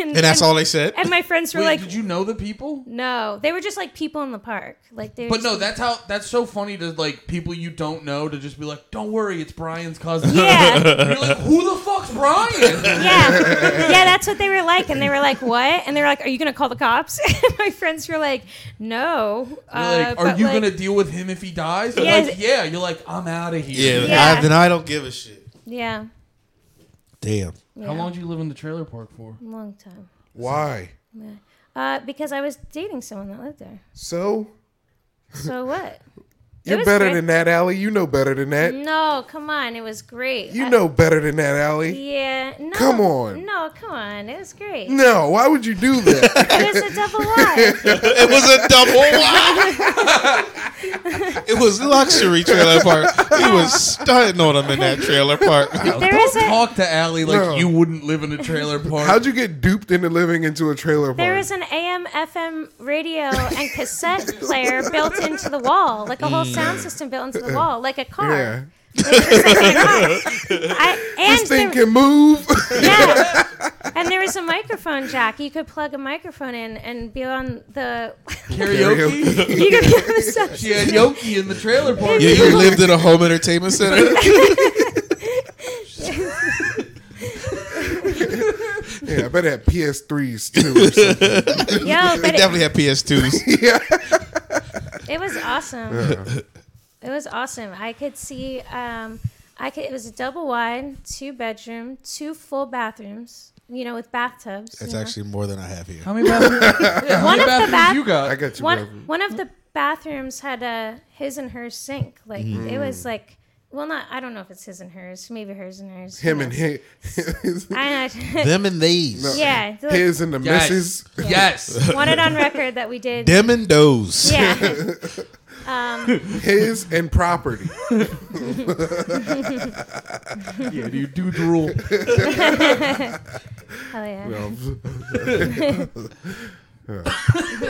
Speaker 2: And that's all they said.
Speaker 4: And my friends were
Speaker 1: Wait,
Speaker 4: like,
Speaker 1: did you know the people?
Speaker 4: no, they were just like people in the park. Like they. were
Speaker 1: But
Speaker 4: just-
Speaker 1: no, that's how. That's so funny to like people you don't know to just be like, "Don't worry, it's Brian's cousin."
Speaker 4: Yeah,
Speaker 1: You're like, "Who the fuck's Brian?"
Speaker 4: yeah, yeah. That's what they were like, and they were like, "What?" And they were like, "Are you gonna call the cops?" And my friends were like, "No."
Speaker 1: You're
Speaker 4: Uh,
Speaker 1: like, "Are
Speaker 4: but,
Speaker 1: you
Speaker 4: like-
Speaker 1: gonna deal with him if he dies?" They're
Speaker 4: Yeah.
Speaker 1: like, "Yeah." You're like, "I'm out of here."
Speaker 2: yeah,
Speaker 4: Yeah.
Speaker 2: I, then I don't give a shit.
Speaker 4: Yeah,
Speaker 2: Damn.
Speaker 4: yeah.
Speaker 1: How long did you live in the trailer park for?
Speaker 4: Long time.
Speaker 3: Why?
Speaker 4: Uh, because I was dating someone that lived there.
Speaker 3: So
Speaker 4: So what? It
Speaker 3: you're
Speaker 4: was
Speaker 3: better
Speaker 4: great.
Speaker 3: than that, Allie. You know better than that.
Speaker 4: No, come on. It was great.
Speaker 3: You
Speaker 4: I-
Speaker 3: know better than that, Allie.
Speaker 4: yeah. No.
Speaker 3: Come on.
Speaker 4: No, come on. It was great.
Speaker 3: No, why would you do that?
Speaker 4: It was a double life.
Speaker 2: It was a double wide. it was luxury trailer park. He was stunting on him in that trailer park.
Speaker 4: There is a
Speaker 1: Talk to Allie like
Speaker 3: No.
Speaker 1: you wouldn't live in a trailer park.
Speaker 3: How'd you get duped into living into a trailer park?
Speaker 4: There is an AM, FM radio, and cassette player built into the wall, like a whole sound system built into the wall, like a car.
Speaker 3: yeah.
Speaker 4: I,
Speaker 3: This thing
Speaker 4: and, there,
Speaker 3: can move.
Speaker 4: yeah. and there was a microphone jack. You could plug a microphone in and be on the.
Speaker 1: karaoke?
Speaker 4: you could be on the sound-
Speaker 1: she had yoki in the trailer park.
Speaker 2: Yeah, you lived in a home entertainment center.
Speaker 3: yeah, I better have PS3s too. Or something.
Speaker 4: Yo,
Speaker 2: They
Speaker 4: but it,
Speaker 2: definitely had PS2s.
Speaker 4: it was awesome. It was awesome. I could see. Um, I could. It was a double wide, two bedroom, two full bathrooms. You know, with bathtubs.
Speaker 2: That's
Speaker 4: you know.
Speaker 2: actually more than I have here.
Speaker 1: How many bathrooms? Yeah, how
Speaker 4: One
Speaker 1: many
Speaker 4: of the
Speaker 1: bathrooms
Speaker 4: bath-
Speaker 1: you got?
Speaker 3: I got you.
Speaker 4: one
Speaker 3: Reverend.
Speaker 4: one of the bathrooms had a his and hers sink. Like it was like well, not I don't know if it's his and hers, maybe hers and hers.
Speaker 3: Him and his,
Speaker 4: I know.
Speaker 2: Them and these.
Speaker 4: yeah, it's like-
Speaker 3: his and the
Speaker 1: Yes.
Speaker 3: missus.
Speaker 1: Yes.
Speaker 4: wanted on record that we did.
Speaker 2: Them and those.
Speaker 4: Yeah,
Speaker 3: his and property.
Speaker 1: yeah, dude, dude's rule.
Speaker 4: hell Oh, yeah.
Speaker 3: Um, I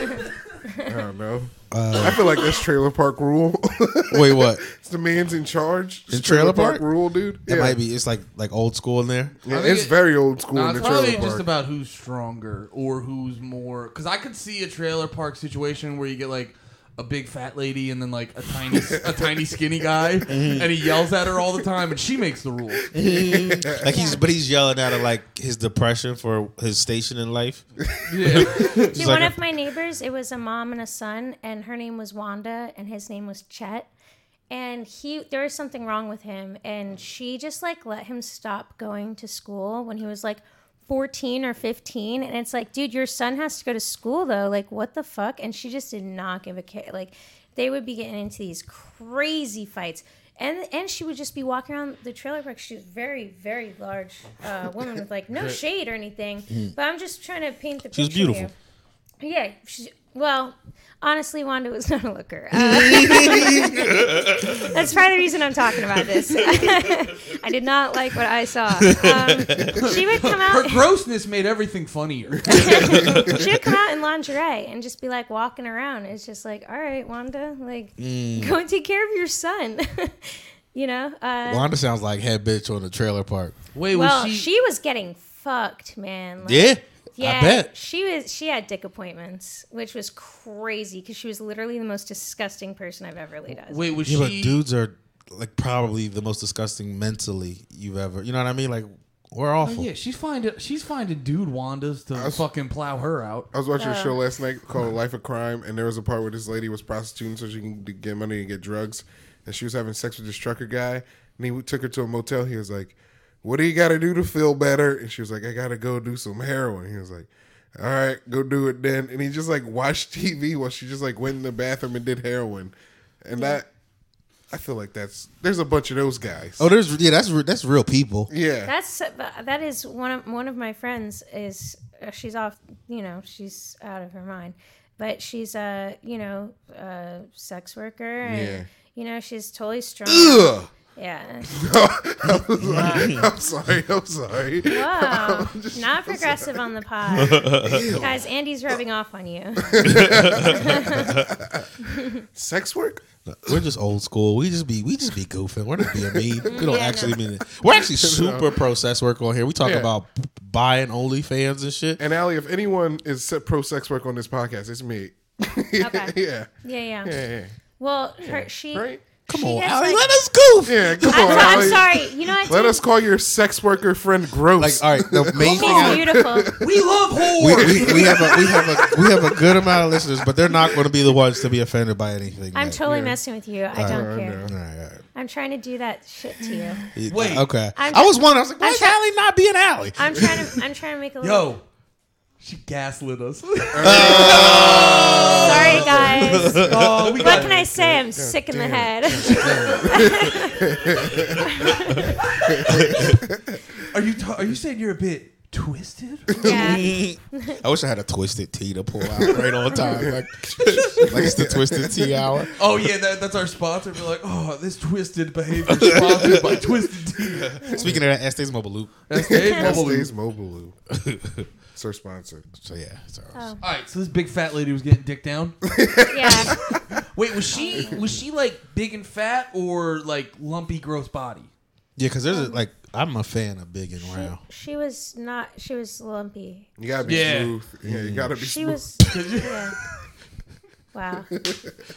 Speaker 3: don't know. I feel like that's trailer park rule.
Speaker 2: Wait, what?
Speaker 3: it's the man's in charge. It's
Speaker 2: trailer park?
Speaker 3: rule, dude.
Speaker 2: It might be. It's like like old school in there.
Speaker 3: Yeah,
Speaker 1: I think
Speaker 3: it's
Speaker 1: it-
Speaker 3: very old school
Speaker 1: No,
Speaker 3: in
Speaker 1: it's
Speaker 3: the
Speaker 1: probably
Speaker 3: trailer
Speaker 1: just
Speaker 3: park.
Speaker 1: about who's stronger or who's more. Because I could see a trailer park situation where you get like a big fat lady and then like a tiny, a tiny skinny guy, and he yells at her all the time, and she makes the rules.
Speaker 2: Like he's but he's yelling out of like his depression for his station in life.
Speaker 1: Yeah.
Speaker 4: See,
Speaker 2: like
Speaker 4: one
Speaker 2: a-
Speaker 4: of my neighbors, it was a mom and a son, and her name was Wanda, and his name was Chet. And he, there was something wrong with him, and she just like let him stop going to school when he was like 14 or 15. And it's like, dude, your son has to go to school though. Like, what the fuck? And she just did not give a care. Like, they would be getting into these crazy fights. And, and she would just be walking around the trailer park. She was very, very large uh, woman with like no shade or anything. But I'm just trying to paint the
Speaker 2: She was
Speaker 4: picture here.
Speaker 2: beautiful.
Speaker 4: Yeah, she's Well, honestly, Wanda was not a looker. Uh, that's probably the reason I'm talking about this. I did not like what I saw. Um, she would come
Speaker 1: Her
Speaker 4: out.
Speaker 1: grossness made everything funnier.
Speaker 4: she would come out in lingerie and just be like walking around. It's just like, all right, Wanda, like
Speaker 2: Mm.
Speaker 4: go and take care of your son. you know. Uh,
Speaker 2: Wanda sounds like head bitch on the trailer park.
Speaker 1: Wait,
Speaker 4: well,
Speaker 1: was
Speaker 4: she...
Speaker 1: she?
Speaker 4: was getting fucked, man. Like,
Speaker 2: Yeah,
Speaker 4: Yeah,
Speaker 2: I bet.
Speaker 4: she was. She had dick appointments, which was crazy because she was literally the most disgusting person I've ever laid eyes. on.
Speaker 1: Wait, was
Speaker 2: Yeah, but
Speaker 1: she?
Speaker 2: dudes are like probably the most disgusting mentally you've ever. You know what I mean? Like we're
Speaker 4: Oh,
Speaker 2: awful.
Speaker 1: Yeah, she's finding she's finding dude Wandas to fucking plow her out.
Speaker 3: I was watching a show last night called Life of Crime, and there was a part where this lady was prostituting so she can d- get money and get drugs, and she was having sex with this trucker guy, and he took her to a motel. He was like, "What do you got to do to feel better?" And she was like, "I got to go do some heroin." He was like, "All right, go do it then." And he just like watched TV while she just like went in the bathroom and did heroin, and that I feel like that's there's a bunch of those guys.
Speaker 2: Oh, there's yeah, that's re- that's real people.
Speaker 3: yeah,
Speaker 4: That's that is one of one of my friends is uh, she's off. You know, she's out of her mind, but she's a you know a sex worker and
Speaker 3: Yeah.
Speaker 4: you know she's totally strong.
Speaker 3: Ugh.
Speaker 4: Yeah.
Speaker 3: I'm sorry. I'm sorry.
Speaker 4: Whoa. Not progressive on the pod, guys. Andy's rubbing off on you.
Speaker 3: Sex work?
Speaker 2: We're just old school. We just be we just be goofing. We're not being mean. We don't
Speaker 4: Yeah,
Speaker 2: actually mean it. We're actually super process work on here. We talk
Speaker 3: Yeah.
Speaker 2: about buying OnlyFans and shit.
Speaker 3: And Allie, if anyone is pro sex work on this podcast, it's me. yeah. yeah.
Speaker 4: Yeah, yeah.
Speaker 3: Yeah.
Speaker 4: Well, her, she.
Speaker 3: Right?
Speaker 2: Come
Speaker 4: she
Speaker 2: on,
Speaker 4: has,
Speaker 2: Allie,
Speaker 4: like-
Speaker 2: let us goof.
Speaker 3: Yeah. Come
Speaker 4: I'm,
Speaker 3: on,
Speaker 4: so- I'm
Speaker 3: Allie.
Speaker 4: sorry. You know what?
Speaker 3: Let us call your sex worker friend gross.
Speaker 2: Like all right, the main thing.
Speaker 4: He's
Speaker 2: I-
Speaker 4: beautiful.
Speaker 1: We love whore.
Speaker 2: We, we, we have a we have a we have a good amount of listeners, but they're not going to be the ones to be offended by anything.
Speaker 4: I'm
Speaker 2: that-
Speaker 4: totally messing with you. I don't
Speaker 3: I
Speaker 4: care.
Speaker 3: know.
Speaker 2: All right, all right.
Speaker 4: I'm trying to do that shit to you.
Speaker 2: Yeah,
Speaker 1: Wait.
Speaker 2: okay.
Speaker 4: I'm-
Speaker 2: I was wondering. I was like, why
Speaker 4: I'm
Speaker 2: is
Speaker 4: try-
Speaker 2: Allie not being Allie?
Speaker 4: I'm trying to. I'm trying to make a little.
Speaker 1: Yo, she gaslit us.
Speaker 4: Sorry, guys. what
Speaker 1: oh, we got
Speaker 4: can I say? I'm sick in the head.
Speaker 1: Are you ta- are you saying you're a bit twisted?
Speaker 4: yeah.
Speaker 2: I wish I had a twisted tea to pull out right on time. Like, like it's the twisted tea hour.
Speaker 1: oh yeah, that, that's our sponsor. We're like, oh, this twisted behavior is sponsored by Twisted Tea.
Speaker 2: Speaking of that, Estes Mobile Loop.
Speaker 1: That's the
Speaker 3: That's
Speaker 1: Mobile Loop.
Speaker 3: Days Mobile. it's our sponsor.
Speaker 2: So yeah, it's ours.
Speaker 4: Oh.
Speaker 1: All right, so this big fat lady was getting dick down.
Speaker 4: Yeah.
Speaker 1: Wait, was she was she like big and fat or like lumpy, gross body?
Speaker 2: Yeah, because there's a, like I'm a fan of big and round.
Speaker 4: She was not. She was lumpy.
Speaker 3: You gotta be
Speaker 1: Yeah.
Speaker 3: smooth. Yeah,
Speaker 2: Mm-hmm.
Speaker 3: you gotta be
Speaker 4: She
Speaker 3: smooth.
Speaker 4: was. Yeah. Wow.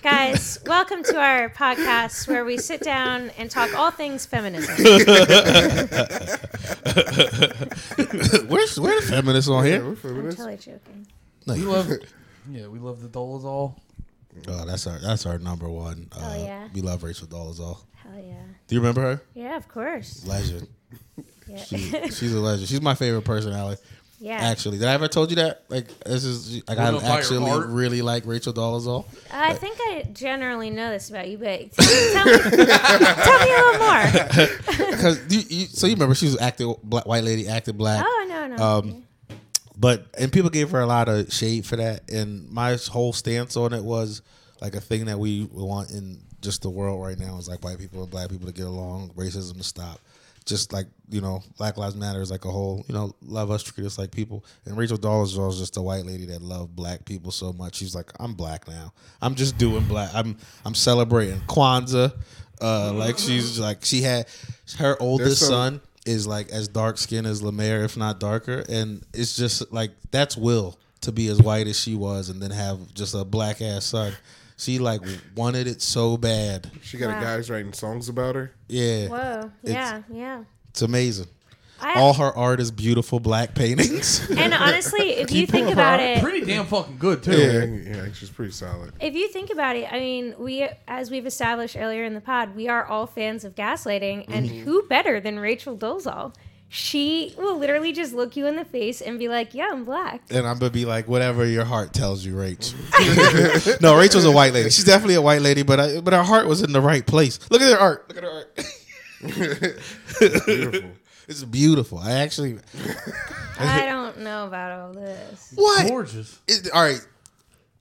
Speaker 4: Guys, welcome to our podcast where we sit down and talk all things feminism.
Speaker 2: Where's where the feminists on
Speaker 3: Yeah,
Speaker 2: here?
Speaker 3: we're
Speaker 4: I'm
Speaker 3: feminists.
Speaker 4: totally joking.
Speaker 1: We love, yeah, we love the dolls all.
Speaker 2: Oh, that's our that's our number one. Uh,
Speaker 4: Oh, yeah.
Speaker 2: We love Rachel Dolezal.
Speaker 4: Hell yeah.
Speaker 2: Do you remember her?
Speaker 4: Yeah, of course.
Speaker 2: Legend.
Speaker 4: Yeah.
Speaker 2: She, she's a legend. She's my favorite person, Allie.
Speaker 4: yeah.
Speaker 2: Actually, did I ever told you that? Like this is like
Speaker 1: Little
Speaker 2: I
Speaker 1: fire
Speaker 2: actually
Speaker 1: art.
Speaker 2: really like Rachel Dolezal.
Speaker 4: I think I generally know this about you, but tell me, tell me a little more.
Speaker 2: Because you, you, so you remember she was acting black, white lady acting black.
Speaker 4: Oh no, no.
Speaker 2: Um, but and people gave her a lot of shade for that. And my whole stance on it was like a thing that we want in just the world right now is like white people and black people to get along, racism to stop. Just like you know, Black Lives Matter is like a whole you know, love us, treat us like people. And Rachel Dolezal is just a white lady that loved black people so much. She's like, I'm black now. I'm just doing black. I'm I'm celebrating Kwanzaa. Uh, like she's like she had her oldest
Speaker 3: some-
Speaker 2: son is like as dark skinned as Lemaire, if not darker. And it's just like that's Will to be as white as she was and then have just a black ass son. She like wanted it so bad.
Speaker 3: She got
Speaker 4: Wow.
Speaker 3: a guys writing songs about her.
Speaker 2: Yeah.
Speaker 4: Whoa. Yeah, yeah.
Speaker 2: It's amazing.
Speaker 4: I,
Speaker 2: All her art is beautiful black paintings.
Speaker 4: and honestly, if you
Speaker 2: Keep
Speaker 4: think
Speaker 2: up,
Speaker 4: about
Speaker 2: huh?
Speaker 4: it,
Speaker 1: Pretty damn fucking good too.
Speaker 3: Yeah, yeah, she's pretty solid.
Speaker 4: if you think about it, I mean, we, as we've established earlier in the pod, we are all fans of gaslighting, and
Speaker 2: Mm-hmm.
Speaker 4: who better than Rachel Dolezal? She will literally just look you in the face and be like, "Yeah, I'm black."
Speaker 2: and I'm gonna be like, whatever your heart tells you, Rach. no, Rachel's a white lady. She's definitely a white lady, but I, but her heart was in the right place. Look at her art. Look at her art.
Speaker 3: Beautiful.
Speaker 2: It's beautiful. I actually
Speaker 4: I don't know about all this.
Speaker 2: what?
Speaker 1: Gorgeous.
Speaker 2: It, all right.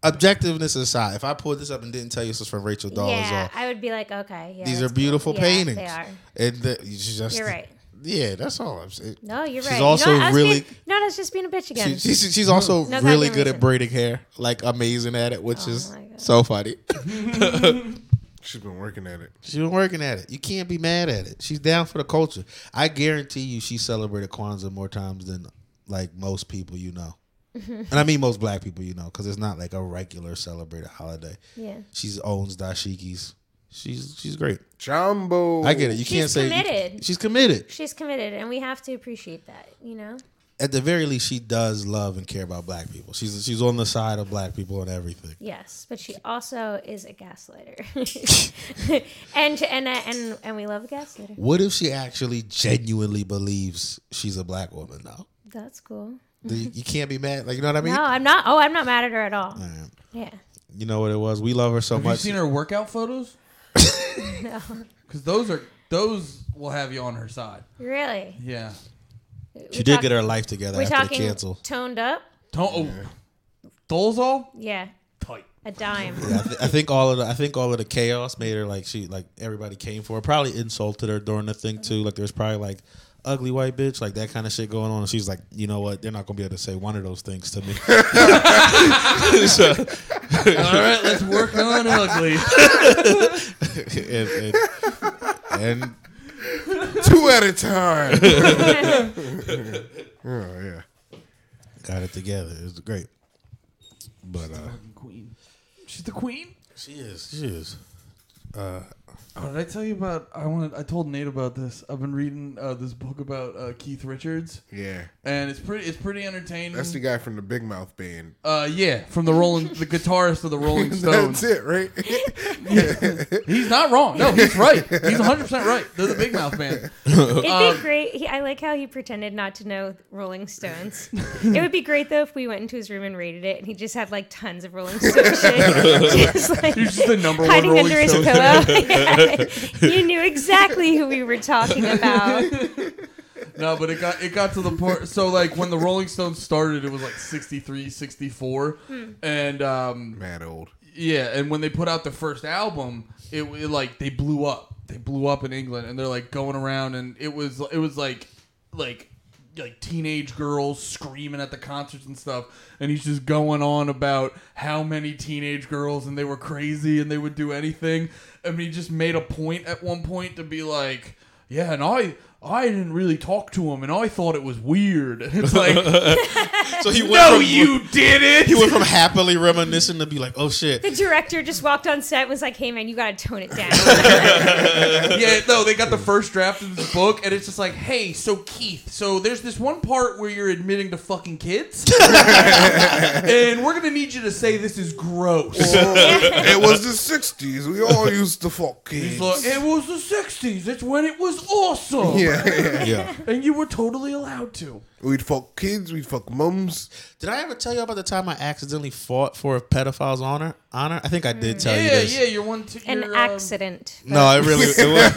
Speaker 2: objectiveness aside, if I pulled this up and didn't tell you this was from Rachel Dolezal,
Speaker 4: yeah, I would be like, okay, yeah.
Speaker 2: these are
Speaker 4: that's
Speaker 2: beautiful
Speaker 4: cool. Yeah,
Speaker 2: paintings.
Speaker 4: They are.
Speaker 2: And the, you just,
Speaker 4: You're right.
Speaker 2: Yeah, that's all I'm saying.
Speaker 4: No, you're
Speaker 2: She's
Speaker 4: right.
Speaker 2: also
Speaker 4: you know, what? I was
Speaker 2: really-
Speaker 4: being, no, that's just being a bitch again.
Speaker 2: She, she's, she's also
Speaker 4: No
Speaker 2: really
Speaker 4: goddamn
Speaker 2: good at
Speaker 4: reason.
Speaker 2: braiding hair, like amazing at it, which
Speaker 4: Oh
Speaker 2: is
Speaker 4: my God.
Speaker 2: so funny.
Speaker 3: She's been working at it.
Speaker 2: She's been working at it. You can't be mad at it. She's down for the culture. I guarantee you, she celebrated Kwanzaa more times than like most people you know, and I mean most Black people you know, because it's not like a regular celebrated holiday.
Speaker 4: yeah.
Speaker 2: She owns dashikis. She's she's great.
Speaker 3: Jumbo.
Speaker 2: I get it. You
Speaker 4: She's
Speaker 2: can't say you-
Speaker 4: committed.
Speaker 2: she's committed.
Speaker 4: She's committed, and we have to appreciate that, you know?
Speaker 2: At the very least, she does love and care about Black people. She's she's on the side of Black people and everything.
Speaker 4: Yes, but she also is a gaslighter. and, and, and, and we love a gaslighter.
Speaker 2: What if she actually genuinely believes she's a Black woman though?
Speaker 4: That's cool.
Speaker 2: Then You you can't be mad. Like you know what I mean?
Speaker 4: No, I'm not. Oh, I'm not mad at her at all.
Speaker 2: Man,
Speaker 4: Yeah.
Speaker 2: You know what it was? We love her so
Speaker 1: Have you
Speaker 2: much.
Speaker 1: seen her workout photos? Because those are those will have you on her side.
Speaker 4: Really?
Speaker 1: Yeah.
Speaker 2: She did get her life together
Speaker 4: We're
Speaker 2: after the
Speaker 4: talking
Speaker 2: cancel.
Speaker 4: toned up?
Speaker 1: Don't. Oh, Dolezal?
Speaker 4: Yeah.
Speaker 1: Tight.
Speaker 4: A dime.
Speaker 2: Yeah, I, th- I think all of the I think all of the chaos made her like she like everybody came for her. Probably insulted her during the thing too. Like there's probably like ugly white bitch like that kind of shit going on. And she's like, you know what? They're not gonna be able to say one of those things to me. So-
Speaker 1: All right, let's work on ugly.
Speaker 2: and, and, and
Speaker 3: Two at a time. oh, yeah.
Speaker 2: got it together. It was great. But uh,
Speaker 1: queen. She's the queen.
Speaker 2: she is she is.
Speaker 3: Uh,
Speaker 1: Oh, did I tell you about? I wanted. I told Nate about this. I've been reading uh, this book about uh, Keith Richards,
Speaker 3: Yeah.
Speaker 1: and it's pretty. It's pretty entertaining.
Speaker 3: That's the guy from the Big Mouth Band.
Speaker 1: uh, yeah, from the Rolling, the guitarist of the Rolling
Speaker 3: That's
Speaker 1: Stones.
Speaker 3: it, right?
Speaker 1: He's not wrong. No, he's right. He's 100 percent right. They're the Big Mouth band.
Speaker 4: It'd
Speaker 1: Um,
Speaker 4: be great. He, I like how he pretended not to know Rolling Stones. it would be great though if we went into his room and raided it, and he just had like tons of Rolling Stones shit, just like
Speaker 1: He's just the number one
Speaker 4: hiding
Speaker 1: Rolling
Speaker 4: under his
Speaker 1: Stones.
Speaker 4: pillow. Yeah. You knew exactly who we were talking about.
Speaker 1: No, but it got it got to the point. So like when the Rolling Stones started, it was like 63, 64, and um,
Speaker 3: Mad old.
Speaker 1: Yeah, and when they put out the first album, it, it like they blew up. They blew up in England, and they're like going around, and it was it was like like like teenage girls screaming at the concerts and stuff. And he's just going on about how many teenage girls and they were crazy and they would do anything. And he just made a point at one point to be like, yeah, and I. I didn't really talk to him, and I thought it was weird. And it's like,
Speaker 2: So he went
Speaker 1: no,
Speaker 2: from
Speaker 1: you did it.
Speaker 2: he went from happily reminiscing to be like, oh shit.
Speaker 4: The director just walked on set and was like, "Hey man, you gotta tone it down."
Speaker 1: yeah, no, they got the first draft of this book, and it's just like, hey, so Keith, so there's this one part where you're admitting to fucking kids, and we're gonna need you to say this is gross.
Speaker 3: it was the 60s. We all used to fuck
Speaker 1: He's like,
Speaker 3: kids.
Speaker 1: it was the '60s. It's when it was awesome,
Speaker 3: Yeah, yeah.
Speaker 2: Yeah.
Speaker 1: and you were totally allowed to.
Speaker 3: We'd fuck kids. We'd fuck mums.
Speaker 2: Did I ever tell you about the time I accidentally fought for a pedophile's honor? Honor? I think I did tell you
Speaker 1: Mm. Yeah,
Speaker 2: this.
Speaker 1: yeah, you're one. T-
Speaker 4: An
Speaker 1: you're, um,
Speaker 4: accident.
Speaker 2: No, it really, it, was,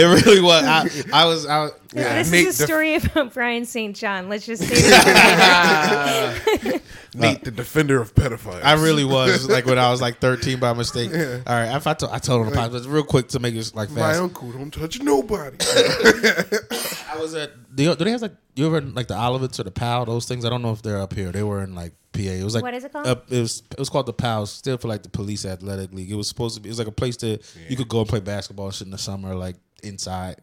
Speaker 2: it really was. I, I was, I, was- yeah.
Speaker 4: this
Speaker 3: Nate
Speaker 4: is a
Speaker 3: the-
Speaker 4: story about Brian St. John. Let's just say that.
Speaker 3: Nate, the defender of pedophiles.
Speaker 2: I really was like when I was like 13 by mistake. All right, if I, to, I told him to pop, but real quick to make it like
Speaker 3: My
Speaker 2: fast.
Speaker 3: uncle don't touch nobody.
Speaker 2: I was at. Do, you, do they have like you ever in, like the Olivets or the POW? Those things I don't know if they're up here. They were in like PA. It was like
Speaker 4: What is it called?
Speaker 2: Uh, it was it was called the POW. Still for like the police athletic league. It was supposed to be. It was like a place that you could go and play basketball and shit in the summer, like inside,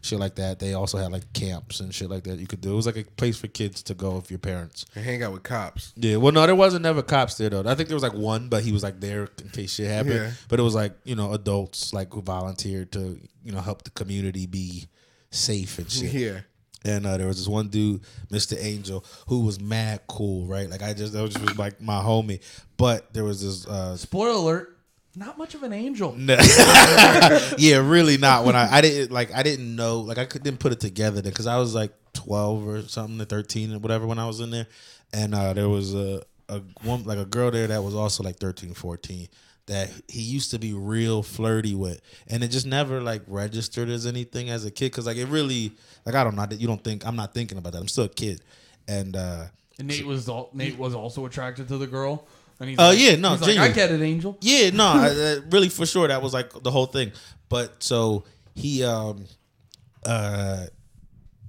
Speaker 2: shit like that. They also had like camps and shit like that you could do. It was like a place for kids to go if your parents.
Speaker 3: I hang out with cops.
Speaker 2: Yeah, well, no, there wasn't ever cops there though. I think there was like one, but he was like there in case shit happened.
Speaker 3: Yeah.
Speaker 2: But it was like you know adults like who volunteered to you know help the community be safe and shit.
Speaker 3: Yeah.
Speaker 2: And uh, there was this one dude, Mr. Angel, who was mad cool, right? Like I just that was just like my homie. But there was this uh
Speaker 1: Spoiler alert: not much of an angel.
Speaker 2: yeah, really not when I I didn't like I didn't know like I could, didn't put it together because I was like twelve or something, or thirteen or whatever when I was in there, and uh, there was a a woman like a girl there that was also like 13, 14 that he used to be real flirty with, and it just never like registered as anything as a kid because like it really like I don't know you don't think I'm not thinking about that I'm still a kid, and uh
Speaker 1: And Nate was al- Nate was also attracted to the girl. And he's
Speaker 2: Uh,
Speaker 1: like-
Speaker 2: yeah, no,
Speaker 1: he's like, I
Speaker 2: genuine.
Speaker 1: get it, Angel.
Speaker 2: Yeah, no, I, I- really for sure that was like the whole thing. But so he, um, uh,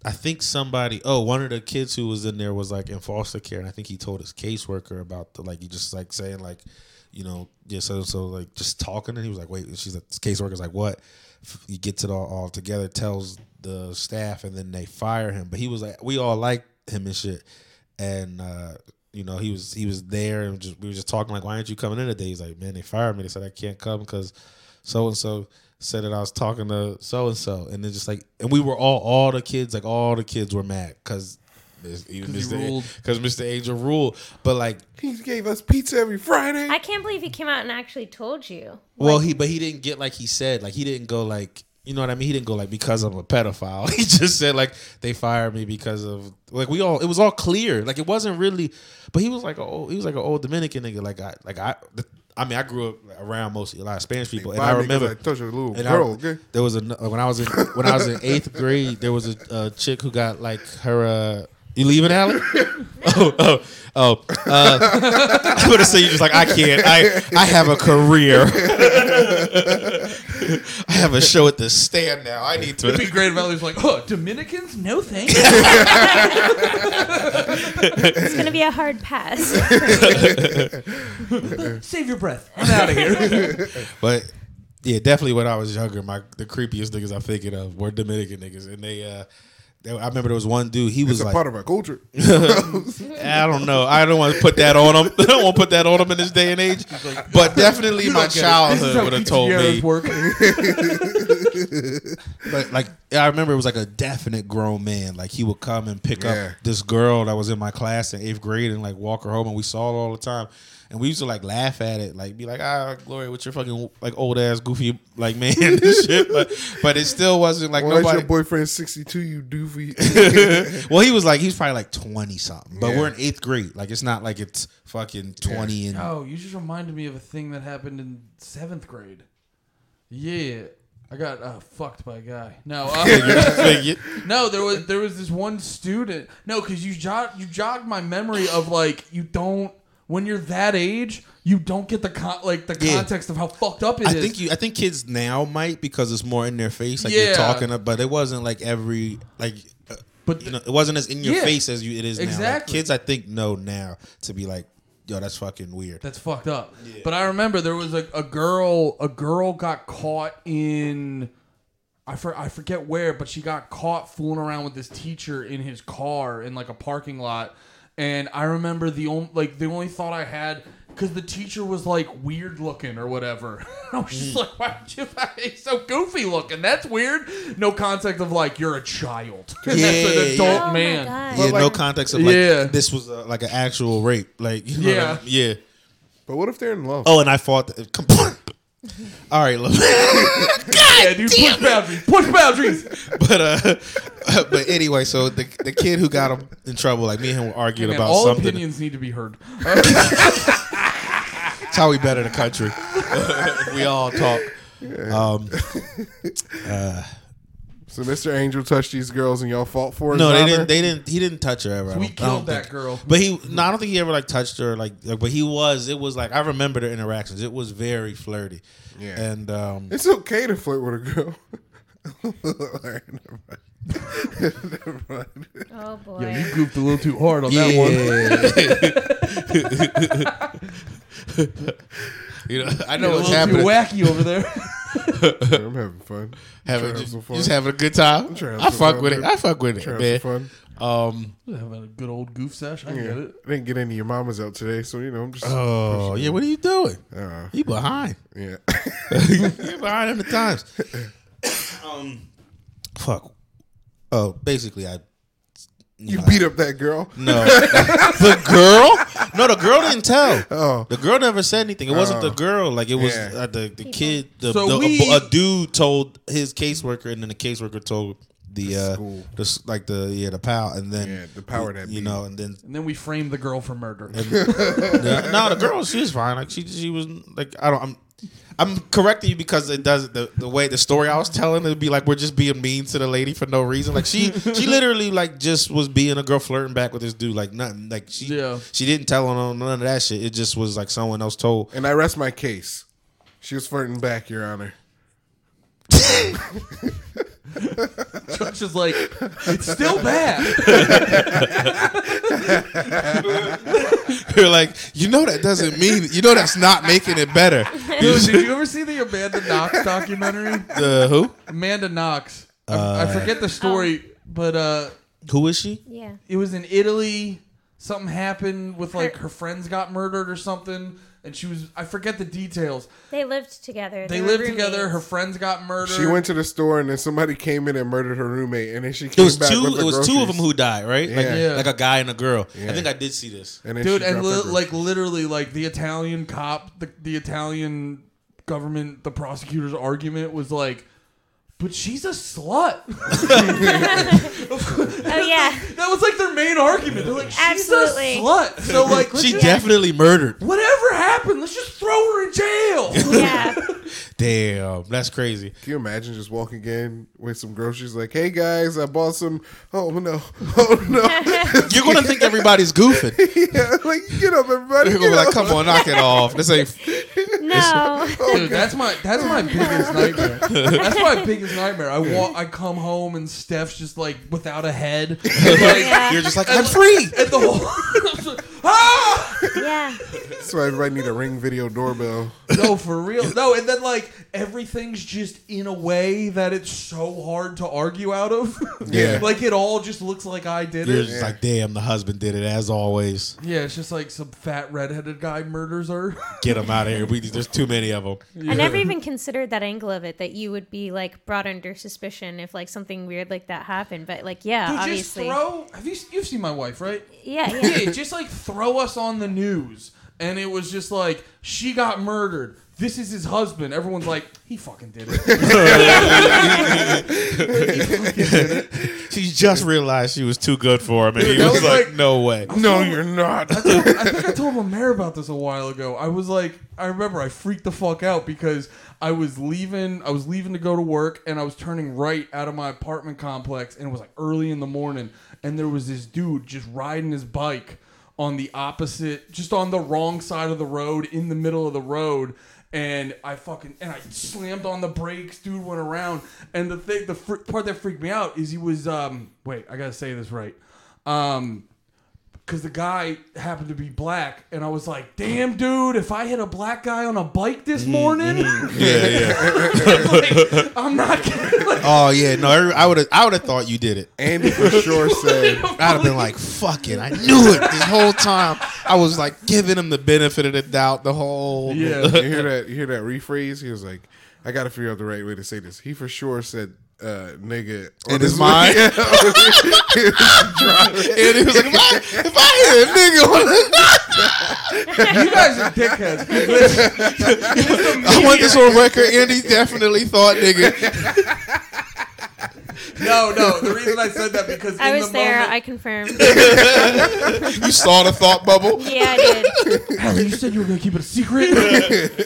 Speaker 2: I think somebody, oh, one of the kids who was in there was like in foster care, and I think he told his caseworker about the like he just like saying like, you know, yeah, so so like just talking, and he was like, wait, and she's like, this caseworker's like, what? F- He gets it all, all together, tells the staff, and then they fire him. But he was like, we all like him and shit and uh, you know he was he was there and just, we were just talking like why aren't you coming in today he's like man they fired me they said i can't come because so and so said that i was talking to so and so and then just like and we were all all the kids like all the kids were mad because even
Speaker 1: 'Cause he
Speaker 2: mr
Speaker 1: ruled.
Speaker 2: because mr angel ruled but like
Speaker 3: He gave us pizza every Friday.
Speaker 4: I can't believe he came out and actually told you.
Speaker 2: well he but he didn't get like he said like he didn't go like you know what I mean? He didn't go like because I'm a pedophile. He just said like they fired me because of like we all it was all clear. Like it wasn't really but he was like a old, he was like an old Dominican nigga. Like I like I I mean I grew up around most a lot of Spanish people and I
Speaker 3: Fired me 'cause
Speaker 2: remember
Speaker 3: I touched a little
Speaker 2: and
Speaker 3: girl.
Speaker 2: I,
Speaker 3: okay?
Speaker 2: there was a when I was in when I was in eighth grade, there was a, a chick who got like her. Uh, you leaving, Allie? oh, oh, oh! Uh, I'm gonna say you just like I can't. I I have a career. I have a show at the stand now. I need to.
Speaker 1: It'd be great if Valerie's like, oh, Dominicans? No thanks.
Speaker 4: It's gonna be a hard pass.
Speaker 1: Save your breath. I'm out of here.
Speaker 2: But yeah, definitely when I was younger, my the creepiest niggas I'm thinking of were Dominican niggas, and they. uh they- I remember there was one dude. He was
Speaker 3: It's a
Speaker 2: like,
Speaker 3: part of our culture.
Speaker 2: I don't know. I don't want to put that on him. I don't want to put that on him in this day and age. But definitely my
Speaker 1: This is how
Speaker 2: childhood would have
Speaker 1: Keith
Speaker 2: told
Speaker 1: Jarrett's
Speaker 2: me.
Speaker 1: work.
Speaker 2: But like I remember, it was like a definite grown man. Like he would come and pick
Speaker 3: Yeah.
Speaker 2: up this girl that was in my class in eighth grade and like walk her home, and we saw it all the time. And we used to like laugh at it, like be like, "Ah, Gloria, with your fucking like old ass goofy like man and shit." But, but it still wasn't like
Speaker 3: Well, that's
Speaker 2: nobody.
Speaker 3: your boyfriend, sixty-two. You doofy.
Speaker 2: well, he was like he was probably like twenty something, but
Speaker 3: Yeah.
Speaker 2: we're in eighth grade. Like it's not like it's fucking twenty and
Speaker 1: Oh, you just reminded me of a thing that happened in seventh grade. Yeah. I got uh, fucked by a guy. No, uh, no, there was there was this one student. No, because you jog you jogged my memory of like you don't when you're that age you don't get the con- like the
Speaker 2: Yeah.
Speaker 1: context of how fucked up it is.
Speaker 2: I think you. I think kids now might because it's more in their face, like
Speaker 1: Yeah.
Speaker 2: you're talking. About, but it wasn't like every like. uh,
Speaker 1: But
Speaker 2: you know, it wasn't as in your
Speaker 1: Yeah.
Speaker 2: face as you it is now. Like,
Speaker 1: Exactly.
Speaker 2: kids, I think, know now to be like, yo, that's fucking weird.
Speaker 1: That's fucked up. But I remember there was a, a girl. A girl got caught in. I, for, I forget where, but she got caught fooling around with this teacher in his car in like a parking lot. And I remember the only like the only thought I had because the teacher was like weird looking or whatever. I was just like, why would you he's so goofy looking? That's weird. No concept of like you're a child. And that's
Speaker 2: Yeah,
Speaker 1: an adult
Speaker 4: Oh my
Speaker 1: man.
Speaker 4: God.
Speaker 2: yeah,
Speaker 3: But,
Speaker 2: no
Speaker 3: like-
Speaker 2: context of like
Speaker 1: Yeah.
Speaker 2: this was uh like an actual rape. Like you know
Speaker 1: Yeah.
Speaker 2: what I mean? yeah.
Speaker 3: but what if they're in love?
Speaker 2: Oh, and I fought. The, all right, look.
Speaker 1: Yeah, dude, push boundaries. Push boundaries.
Speaker 2: but uh, but anyway, so the the kid who got him in trouble, like me and him were arguing
Speaker 1: Man,
Speaker 2: about
Speaker 1: all
Speaker 2: something.
Speaker 1: opinions need to be heard.
Speaker 2: That's how we better the country. we all talk. Um,
Speaker 3: So Mr. Angel touched these girls, and y'all fought for it.
Speaker 2: no, they didn't.
Speaker 3: Robert?
Speaker 2: They didn't. He didn't touch her ever. I
Speaker 1: We
Speaker 2: don't- I don't
Speaker 1: killed that
Speaker 2: think.
Speaker 1: girl.
Speaker 2: But he. No, I don't think he ever like touched her. Like, like, but he was. It was like I remember their interactions. It was very flirty.
Speaker 3: Yeah.
Speaker 2: And um,
Speaker 3: It's okay to flirt with a girl. All right, never mind. Never mind.
Speaker 4: Oh boy.
Speaker 1: Yeah, you goofed a little too hard on that one.
Speaker 2: yeah. you know, I know
Speaker 1: a
Speaker 2: what's
Speaker 1: little
Speaker 2: happening.
Speaker 1: too wacky over there.
Speaker 3: I'm having fun.
Speaker 2: Having,
Speaker 3: Trying to have
Speaker 2: just,
Speaker 3: some fun.
Speaker 2: just having a good time.
Speaker 3: trying to
Speaker 2: I
Speaker 3: have some
Speaker 2: fuck
Speaker 3: fun,
Speaker 2: with it.
Speaker 3: dude.
Speaker 2: I fuck with
Speaker 3: Trying to have
Speaker 2: it, man.
Speaker 3: some fun.
Speaker 2: Um,
Speaker 1: Having a good old goof sesh. I get
Speaker 3: Yeah.
Speaker 1: it.
Speaker 3: I didn't get any of your mamas out today, so you know I'm just.
Speaker 2: oh yeah, what are you doing?
Speaker 3: Uh,
Speaker 2: You behind.
Speaker 3: yeah.
Speaker 2: You're behind on the times. um, fuck. Oh, basically, I.
Speaker 3: you beat up that girl.
Speaker 2: No, the girl. No, the girl didn't tell.
Speaker 3: Oh.
Speaker 2: The girl never said anything. It wasn't the girl. Like it was
Speaker 3: Yeah.
Speaker 2: uh, the the kid. The,
Speaker 1: So
Speaker 2: the- a
Speaker 1: we-
Speaker 2: bo- a, dude told his caseworker, and then the caseworker told the uh,
Speaker 3: school.
Speaker 2: the s- like the yeah the pal, and then
Speaker 3: Yeah, the power that
Speaker 2: you
Speaker 3: be.
Speaker 2: know, and then
Speaker 1: And then we framed the girl for murder.
Speaker 2: no, no, the girl, she was fine. Like she, she was like I don't. I'm, I'm correcting you because it does the, the way the story I was telling it'd be like we're just being mean to the lady for no reason. Like she she literally like just was being a girl flirting back with this dude like nothing. Like she
Speaker 1: Yeah.
Speaker 2: she didn't tell on none of that shit. It just was like someone else told.
Speaker 3: And I rest my case. She was flirting back, Your Honor.
Speaker 1: Judge is like, it's still bad.
Speaker 2: You're like you know that doesn't mean you know that's not making it better. You
Speaker 1: Dude,
Speaker 2: just-
Speaker 1: did you ever see the Amanda Knox documentary?
Speaker 2: uh, who
Speaker 1: Amanda Knox. I, I forget
Speaker 4: um,
Speaker 1: the story, but uh,
Speaker 2: who is she?
Speaker 4: Yeah.
Speaker 1: it was in Italy. Something happened with like
Speaker 4: Her-
Speaker 1: her friends got murdered or something, and she was I forget the details.
Speaker 4: They lived together.
Speaker 1: They
Speaker 4: were
Speaker 1: lived together.
Speaker 4: roommates.
Speaker 1: Her friends got murdered.
Speaker 3: She went to the store and then somebody came in and murdered her roommate, and then she
Speaker 2: It
Speaker 3: came
Speaker 2: was
Speaker 3: back
Speaker 2: two.
Speaker 3: with the
Speaker 2: It was two of
Speaker 3: groceries.
Speaker 2: them who died, right? Like,
Speaker 3: Yeah.
Speaker 1: Yeah.
Speaker 2: like a guy and a girl. I
Speaker 3: Yeah.
Speaker 2: think I did see this.
Speaker 3: And then
Speaker 1: dude,
Speaker 3: she
Speaker 1: and
Speaker 3: dropped her
Speaker 1: li-
Speaker 3: gro-
Speaker 1: like literally, like the Italian cop, the the Italian government, the prosecutor's argument was like, "But she's a slut."
Speaker 4: Oh yeah.
Speaker 1: that was like their main argument. They're like, "She's
Speaker 4: Absolutely.
Speaker 1: a slut." So like, let's
Speaker 2: She
Speaker 1: just-
Speaker 2: definitely murdered.
Speaker 1: whatever happened, let's just throw her in jail.
Speaker 4: Yeah.
Speaker 2: Damn, that's crazy.
Speaker 3: Can you imagine just walking in with some groceries? Like, hey guys, I bought some. Oh no, oh no!
Speaker 2: You're gonna think everybody's goofing.
Speaker 3: yeah, like get up, everybody.
Speaker 2: They're
Speaker 3: Get
Speaker 2: gonna be
Speaker 3: up.
Speaker 2: like, come on, knock it off. This ain't.
Speaker 4: No.
Speaker 1: Dude, that's my that's my biggest nightmare. That's my biggest nightmare. I walk, I come home and Steph's just like without a head. Like,
Speaker 4: Yeah.
Speaker 2: You're just like, I'm free.
Speaker 1: and the whole ah!
Speaker 4: yeah.
Speaker 3: That's why everybody need a ring video doorbell.
Speaker 1: No, for real. No, and then like everything's just in a way that it's so hard to argue out of.
Speaker 2: Yeah.
Speaker 1: like it all just looks like I did
Speaker 2: You're
Speaker 1: it.
Speaker 2: just like, damn, the husband did it as always.
Speaker 1: Yeah, it's just like some fat redheaded guy murders her.
Speaker 2: Get him out of here. We there's too many of them.
Speaker 4: I never even considered that angle of it that you would be like brought under suspicion if like something weird like that happened. But like, yeah,
Speaker 1: Dude, just
Speaker 4: Uh, obviously,
Speaker 1: throw. Have you you've seen my wife, right?
Speaker 4: yeah, yeah.
Speaker 1: yeah, just like throw us on the news. And it was just like, she got murdered. This is his husband. Everyone's like, he fucking did it.
Speaker 2: She just realized she was too good for him, and he
Speaker 1: that
Speaker 2: was
Speaker 1: was
Speaker 2: like,
Speaker 1: like-
Speaker 2: no way.
Speaker 3: No, you're not.
Speaker 1: I think I told Mamere about this a while ago. I was like, I remember I freaked the fuck out because I was leaving. I was leaving to go to work, and I was turning right out of my apartment complex, and it was like early in the morning, and there was this dude just riding his bike on the opposite, just on the wrong side of the road, in the middle of the road. and I fucking and I slammed on the brakes. Dude went around, and the thing, the fr- part that freaked me out is he was um wait, I gotta say this right, um, because the guy happened to be black, and I was like, damn, dude, if I hit a black guy on a bike this
Speaker 2: Mm-hmm.
Speaker 1: morning,
Speaker 2: Yeah, yeah.
Speaker 1: like, I'm not kidding. Like,
Speaker 2: Oh yeah, no. every- I would have. I would have thought you did it.
Speaker 3: Andy for sure said.
Speaker 2: I'd have been like, fuck it. I knew it this whole time. I was like giving him the benefit of the doubt the whole.
Speaker 1: yeah,
Speaker 3: You hear that? You hear that rephrase? He was like, I got to figure out the right way to say this. He for sure said, uh, "Nigga," on
Speaker 2: In his mind. and he was like, if I, if I
Speaker 1: you guys are dickheads. Listen,
Speaker 2: hit a nigga, I want this on record. Andy definitely thought, nigga.
Speaker 1: no, no, the reason I said that because
Speaker 4: I
Speaker 1: in
Speaker 4: was
Speaker 1: the
Speaker 4: there.
Speaker 1: moment,
Speaker 4: I confirmed.
Speaker 2: You saw the thought bubble.
Speaker 4: Yeah, I did.
Speaker 1: Helen, you said you were gonna keep it a secret.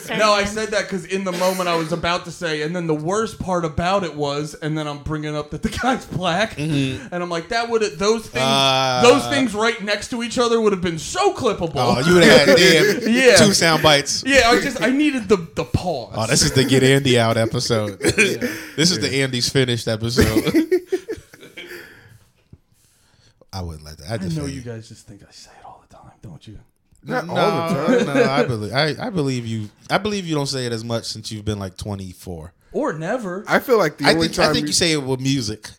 Speaker 4: Sorry,
Speaker 1: No, I
Speaker 4: man.
Speaker 1: said that because in the moment I was about to say, and then the worst part about it was, and then I'm bringing up that the guy's black,
Speaker 2: Mm-hmm.
Speaker 1: and I'm like, that would those things,
Speaker 2: Ah.
Speaker 1: those things right next to each other would have been so clippable.
Speaker 2: Oh, you would have had damn
Speaker 1: Yeah.
Speaker 2: two sound bites.
Speaker 1: yeah, I just I needed the the pause.
Speaker 2: Oh, this is the get Andy out episode. This is the Andy's finished episode. I wouldn't let that. I,
Speaker 1: I
Speaker 2: just
Speaker 1: know you guys just think I say it all the time, don't you?
Speaker 3: Not
Speaker 2: no,
Speaker 3: all the time.
Speaker 2: no, I believe I, I believe you. I believe you don't say it as much since you've been like 24.
Speaker 1: Or never?
Speaker 3: I feel like the
Speaker 2: I
Speaker 3: only
Speaker 2: think
Speaker 3: time
Speaker 2: I think you say it with music.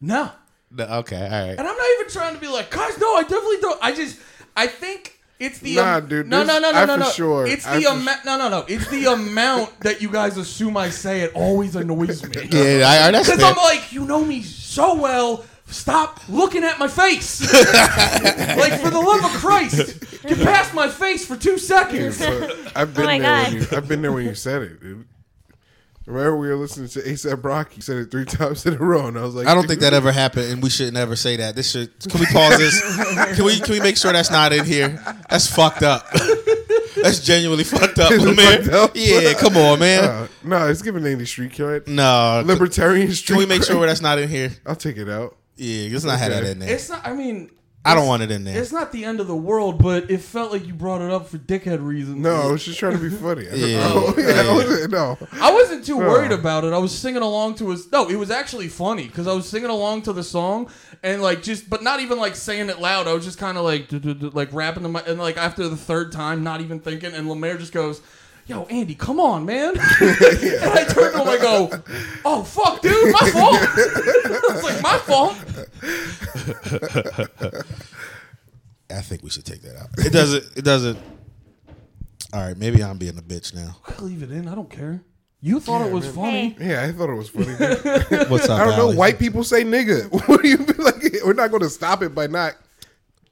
Speaker 1: no.
Speaker 2: No, okay, all right.
Speaker 1: And I'm not even trying to be like, guys, no, I definitely don't. I just, I think it's the
Speaker 3: Nah, dude,
Speaker 1: No,
Speaker 3: this-
Speaker 1: no, no, no,
Speaker 3: I
Speaker 1: no,
Speaker 3: for
Speaker 1: no.
Speaker 3: sure-
Speaker 1: It's
Speaker 3: I
Speaker 1: the
Speaker 3: for
Speaker 1: amount. No, no, no. It's the amount that you guys assume I say it always annoys me.
Speaker 2: Yeah, I, I, that's
Speaker 1: Because
Speaker 2: fair.
Speaker 1: I'm like, you know me so well. Stop looking at my face. like, for the love of Christ, get past my face for two seconds.
Speaker 3: But I've been
Speaker 4: Oh my
Speaker 3: there. When
Speaker 4: God.
Speaker 3: you, I've been there when you said it, dude. Remember we were listening to ASAP Rocky. You said it three times in a row, and I was like,
Speaker 2: I don't think that ever happened, and we should never say that. This should. Can we pause this? Can we? Can we make sure that's not in here? That's fucked up. That's genuinely fucked up,
Speaker 3: Is it
Speaker 2: man.
Speaker 3: fucked up?
Speaker 2: Yeah, come on, man.
Speaker 3: Uh, no, it's giving 80 street cred.
Speaker 2: No, c-
Speaker 3: Libertarian street
Speaker 2: can we make
Speaker 3: cred.
Speaker 2: sure that's not in here?
Speaker 3: I'll take it out.
Speaker 2: Yeah, let's not have that in there.
Speaker 1: It's not. I mean,
Speaker 2: I don't want it in there.
Speaker 1: it's not the end of the world, but it felt like you brought it up for dickhead reasons.
Speaker 3: No, I was just trying to be funny. I don't
Speaker 2: Yeah.
Speaker 3: know. Yeah, I
Speaker 2: Yeah.
Speaker 3: wasn't- no.
Speaker 1: I wasn't too worried
Speaker 3: Huh.
Speaker 1: about it. I was singing along to his. No, it was actually funny because I was singing along to the song and like just, but not even like saying it loud. I was just kind of like, duh, duh, duh, like rapping to my, and like after the third time, not even thinking. And Lemaire just goes, "Yo, Andy, come on, man!" and I turned to him, I go, "Oh fuck, dude, my fault." I was like, "My fault."
Speaker 2: I think we should take that out. It doesn't. It doesn't. All right, maybe I'm being a bitch now.
Speaker 1: I can leave it in. I don't care. You thought it was funny.
Speaker 4: Hey.
Speaker 3: Yeah, I thought it was funny. dude.
Speaker 2: What's up?
Speaker 3: I don't know.
Speaker 2: Alex?
Speaker 3: White people say nigga. What do you mean? Like, we're not going to stop it by not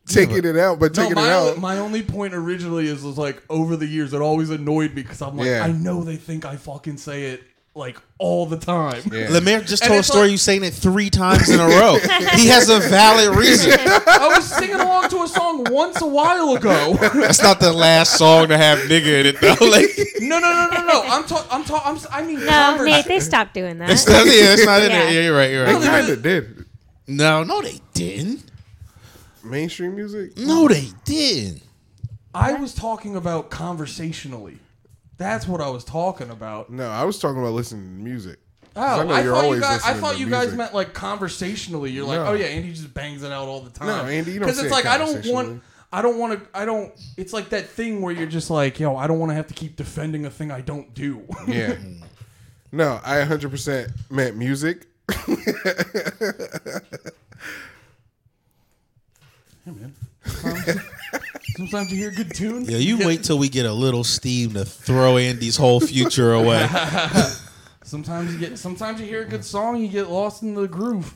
Speaker 3: taking it out, but
Speaker 1: No,
Speaker 3: taking
Speaker 1: my,
Speaker 3: it
Speaker 1: only-
Speaker 3: out.
Speaker 1: my only point originally is, was like over the years it always annoyed me because I'm like
Speaker 3: Yeah.
Speaker 1: I know they think I fucking say it like all the time.
Speaker 3: Yeah.
Speaker 2: Lemaire just
Speaker 1: And
Speaker 2: told a
Speaker 1: it's
Speaker 2: story
Speaker 1: like-
Speaker 2: you saying it three times in a row. he has a valid reason.
Speaker 1: I was singing along to a song once a while ago.
Speaker 2: That's not the last song to have nigga in it though. Like
Speaker 1: No, no, no, no, no. I'm talking. I'm talking. I'm. s- I mean,
Speaker 4: No,
Speaker 1: conver-
Speaker 4: Nate, they stopped doing
Speaker 2: it's
Speaker 4: that.
Speaker 2: not, yeah, it's not in
Speaker 4: Yeah.
Speaker 2: there. Yeah, you're right. You're
Speaker 3: They
Speaker 2: right.
Speaker 3: kind of did.
Speaker 2: No, no, they didn't.
Speaker 3: Mainstream music?
Speaker 2: No, they didn't.
Speaker 1: I was talking about conversationally. That's what I was talking about.
Speaker 3: No, I was talking about listening to music. 'Cause
Speaker 1: Oh, I, thought you guys. I
Speaker 3: listening
Speaker 1: thought
Speaker 3: to
Speaker 1: you guys
Speaker 3: music.
Speaker 1: meant like conversationally. You're like,
Speaker 3: No.
Speaker 1: oh yeah, Andy just bangs it out all the time.
Speaker 3: No, Andy, you don't say
Speaker 1: it's
Speaker 3: it
Speaker 1: like I don't
Speaker 3: conversationally.
Speaker 1: want. I don't want to. I don't. It's like that thing where you're just like, yo, I don't want to have to keep defending a thing I don't do.
Speaker 3: Yeah. no, I 100% meant music.
Speaker 1: Hey, man. Sometimes, sometimes you hear good tunes.
Speaker 2: Yeah, you wait till we get a little steam to throw Andy's whole future away.
Speaker 1: Sometimes you get. Sometimes you hear a good song, you get lost in the groove.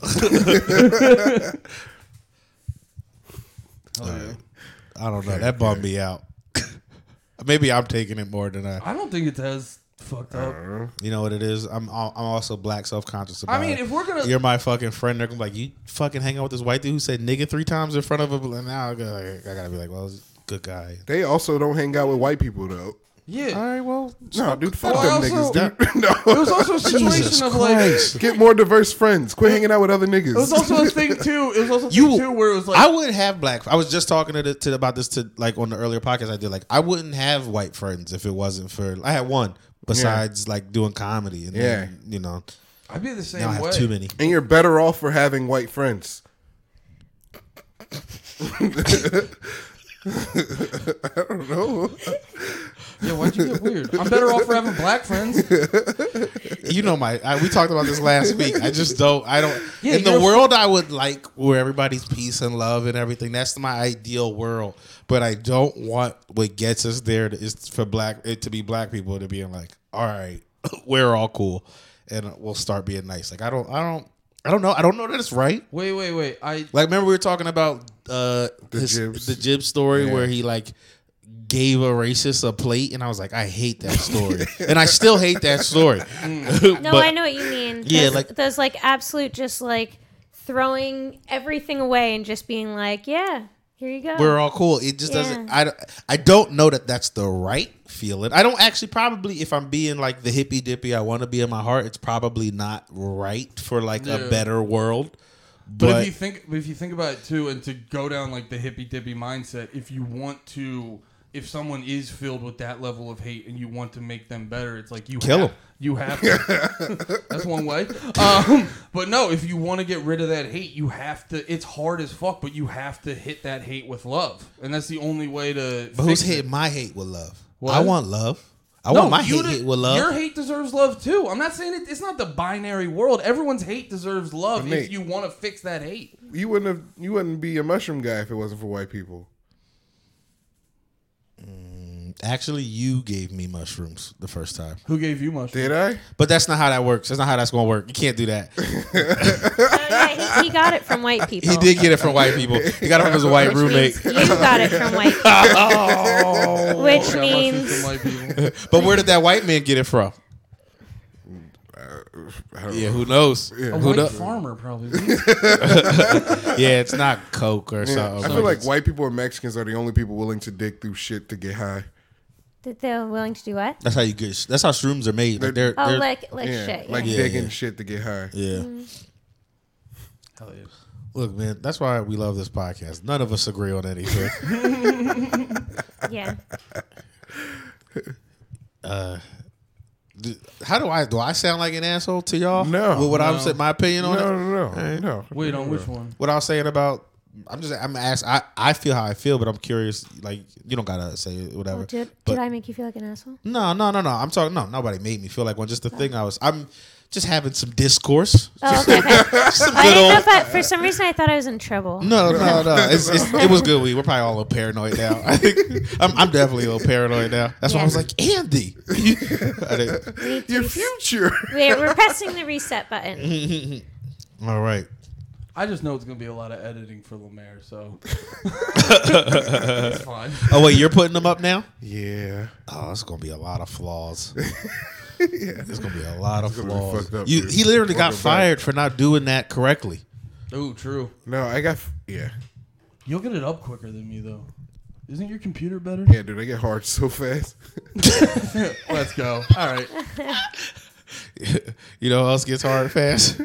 Speaker 2: I don't know. That bummed me out. Maybe I'm taking it more than I.
Speaker 1: I don't think it's as fucked up.
Speaker 2: You know what it is? I'm al- I'm also black self conscious about.
Speaker 1: I mean,
Speaker 2: it.
Speaker 1: if we're gonna-
Speaker 2: you're my fucking friend. They're gonna be like, you fucking hang out with this white dude who said nigga three times in front of him. And now I gotta, I gotta be like, well, he's a good guy.
Speaker 3: They also don't hang out with white people, though.
Speaker 1: Yeah.
Speaker 2: All right, well,
Speaker 3: No, dude, fuck
Speaker 1: Well,
Speaker 3: them
Speaker 1: I also-
Speaker 3: niggas, dude.
Speaker 1: It was
Speaker 3: no.
Speaker 1: also a situation
Speaker 2: Jesus
Speaker 1: of
Speaker 2: Christ.
Speaker 1: like.
Speaker 3: Get more diverse friends. Quit hanging out with other niggas.
Speaker 1: It was also a thing too. It was also a thing
Speaker 2: You-
Speaker 1: too where it was like.
Speaker 2: I wouldn't have black. I was just talking to, the, to about this to like on the earlier podcast I did. Like, I wouldn't have white friends if it wasn't for. I had one besides like doing comedy, and yeah,
Speaker 3: Yeah.
Speaker 2: you know,
Speaker 1: I'd be the same
Speaker 2: now I
Speaker 1: way.
Speaker 2: have too many.
Speaker 3: and you're better off for having white friends.
Speaker 1: Yeah, why'd you get weird? I'm better off for having black friends.
Speaker 2: You know, my I, we talked about this last week. I just don't. I don't.
Speaker 1: Yeah,
Speaker 2: in the
Speaker 1: you're-
Speaker 2: world I would like where everybody's peace and love and everything. That's my ideal world. But I don't want what gets us there to, is for black it to be black people to being like, all right, we're all cool, and we'll start being nice. Like I don't. I don't. I don't know. I don't know that it's right.
Speaker 1: Wait, wait, wait. I
Speaker 2: Like, remember we were talking about uh, the, his,
Speaker 3: Jibs.
Speaker 2: the jib story
Speaker 3: Yeah.
Speaker 2: where he like gave a racist a plate, and I was like, I hate that story, and I still hate that story.
Speaker 4: No, I know what you mean.
Speaker 2: Yeah,
Speaker 4: those,
Speaker 2: like-
Speaker 4: those like absolute just like throwing everything away and just being like, yeah, here you go.
Speaker 2: We're all cool. It just doesn't. I I don't know that that's the right feeling. I don't actually probably if I'm being like the hippy dippy I want to be in my heart, it's probably not right for like
Speaker 1: Yeah.
Speaker 2: a better world.
Speaker 1: But,
Speaker 2: But
Speaker 1: if you think if you think about it too, and to go down like the hippy dippy mindset, if you want to, if someone is filled with that level of hate and you want to make them better, it's like you
Speaker 2: Kill
Speaker 1: have,
Speaker 2: 'em.
Speaker 1: You have to. that's one way. Um, but no, if you want to get rid of that hate, you have to. It's hard as fuck, but you have to hit that hate with love, and that's the only way to.
Speaker 2: but who's
Speaker 1: fix it.
Speaker 2: hitting my hate with love?
Speaker 1: What?
Speaker 2: I want love. I want my
Speaker 1: you
Speaker 2: hate
Speaker 1: de-
Speaker 2: hit with love.
Speaker 1: Your hate deserves love too. I'm not saying it, it's not the binary world. Everyone's hate deserves love
Speaker 3: Nate.
Speaker 1: if you want to fix that hate.
Speaker 3: You wouldn't have. You wouldn't be a mushroom guy if it wasn't for white people.
Speaker 2: Actually, you gave me mushrooms the first time.
Speaker 1: Who gave you mushrooms?
Speaker 3: Did I?
Speaker 2: But that's not how that works. That's not how that's going to work. You can't do that.
Speaker 4: No, Oh, yeah, he, he got it from white people.
Speaker 2: He did get it from white people. He got it from his white
Speaker 4: Which means
Speaker 2: roommate.
Speaker 4: you got it from white people.
Speaker 1: Oh,
Speaker 4: Which
Speaker 1: I got
Speaker 4: means-
Speaker 1: mushrooms from white people.
Speaker 2: But where did that white man get it from? Yeah, who knows?
Speaker 1: A
Speaker 2: Who
Speaker 1: white
Speaker 2: kno-
Speaker 1: farmer probably.
Speaker 2: yeah, it's not coke or something.
Speaker 3: I feel like white people and Mexicans are the only people willing to dig through shit to get high.
Speaker 4: That they're willing to do what?
Speaker 2: That's how you get. That's how shrooms are made. Like they're,
Speaker 4: Oh,
Speaker 2: they're
Speaker 4: like mm-hmm. like
Speaker 3: yeah,
Speaker 4: shit.
Speaker 3: like
Speaker 4: yeah.
Speaker 2: Yeah,
Speaker 3: digging
Speaker 2: yeah.
Speaker 3: shit to get high.
Speaker 2: yeah.
Speaker 1: Hell yeah.
Speaker 2: Look, man, that's why we love this podcast. None of us agree on anything.
Speaker 4: yeah.
Speaker 2: D- how do I do? I sound like an asshole to y'all?
Speaker 3: No.
Speaker 2: With what I'm
Speaker 1: No.
Speaker 2: saying, my opinion
Speaker 3: No,
Speaker 2: on it.
Speaker 3: no, no,
Speaker 2: right.
Speaker 3: no.
Speaker 1: Wait, on which one?
Speaker 2: What I was saying about. I'm just. I'm asked. I I feel how I feel, but I'm curious. Like you don't gotta say it, whatever.
Speaker 4: Well, did,
Speaker 2: but
Speaker 4: did I make you feel like an asshole?
Speaker 2: no, no, no, no. I'm talking. No, nobody made me feel like one. Just the thing I was. I'm just having some discourse.
Speaker 4: Oh, okay. okay.
Speaker 2: Some good
Speaker 4: I didn't know
Speaker 2: old-
Speaker 4: if I, for some reason I thought I was in trouble.
Speaker 2: No, no, no. It's, it's, it was good. We we're probably all a little paranoid now. I think I'm, I'm definitely a little paranoid now. That's why I was
Speaker 4: Yeah.
Speaker 2: like, Andy. I didn't-
Speaker 4: We need to
Speaker 3: Your
Speaker 4: res-
Speaker 3: future.
Speaker 4: We're, we're pressing the reset button.
Speaker 2: all right.
Speaker 1: I just know it's gonna be a lot of editing for Lemaire, so it's fine.
Speaker 2: Oh wait, you're putting them up now?
Speaker 3: yeah.
Speaker 2: Oh, it's gonna be a lot of flaws. It's gonna be a lot of
Speaker 3: gonna be
Speaker 2: flaws.
Speaker 3: fucked up,
Speaker 2: you,
Speaker 3: dude.
Speaker 2: he literally got
Speaker 3: Welcome back.
Speaker 2: fired for not doing that correctly.
Speaker 1: Oh, true.
Speaker 3: No, I got. f- Yeah.
Speaker 1: You'll get it up quicker than me though. Isn't your computer better?
Speaker 3: Yeah, dude, I get hard so fast.
Speaker 1: Let's go. All right.
Speaker 2: you know, who else gets hard fast.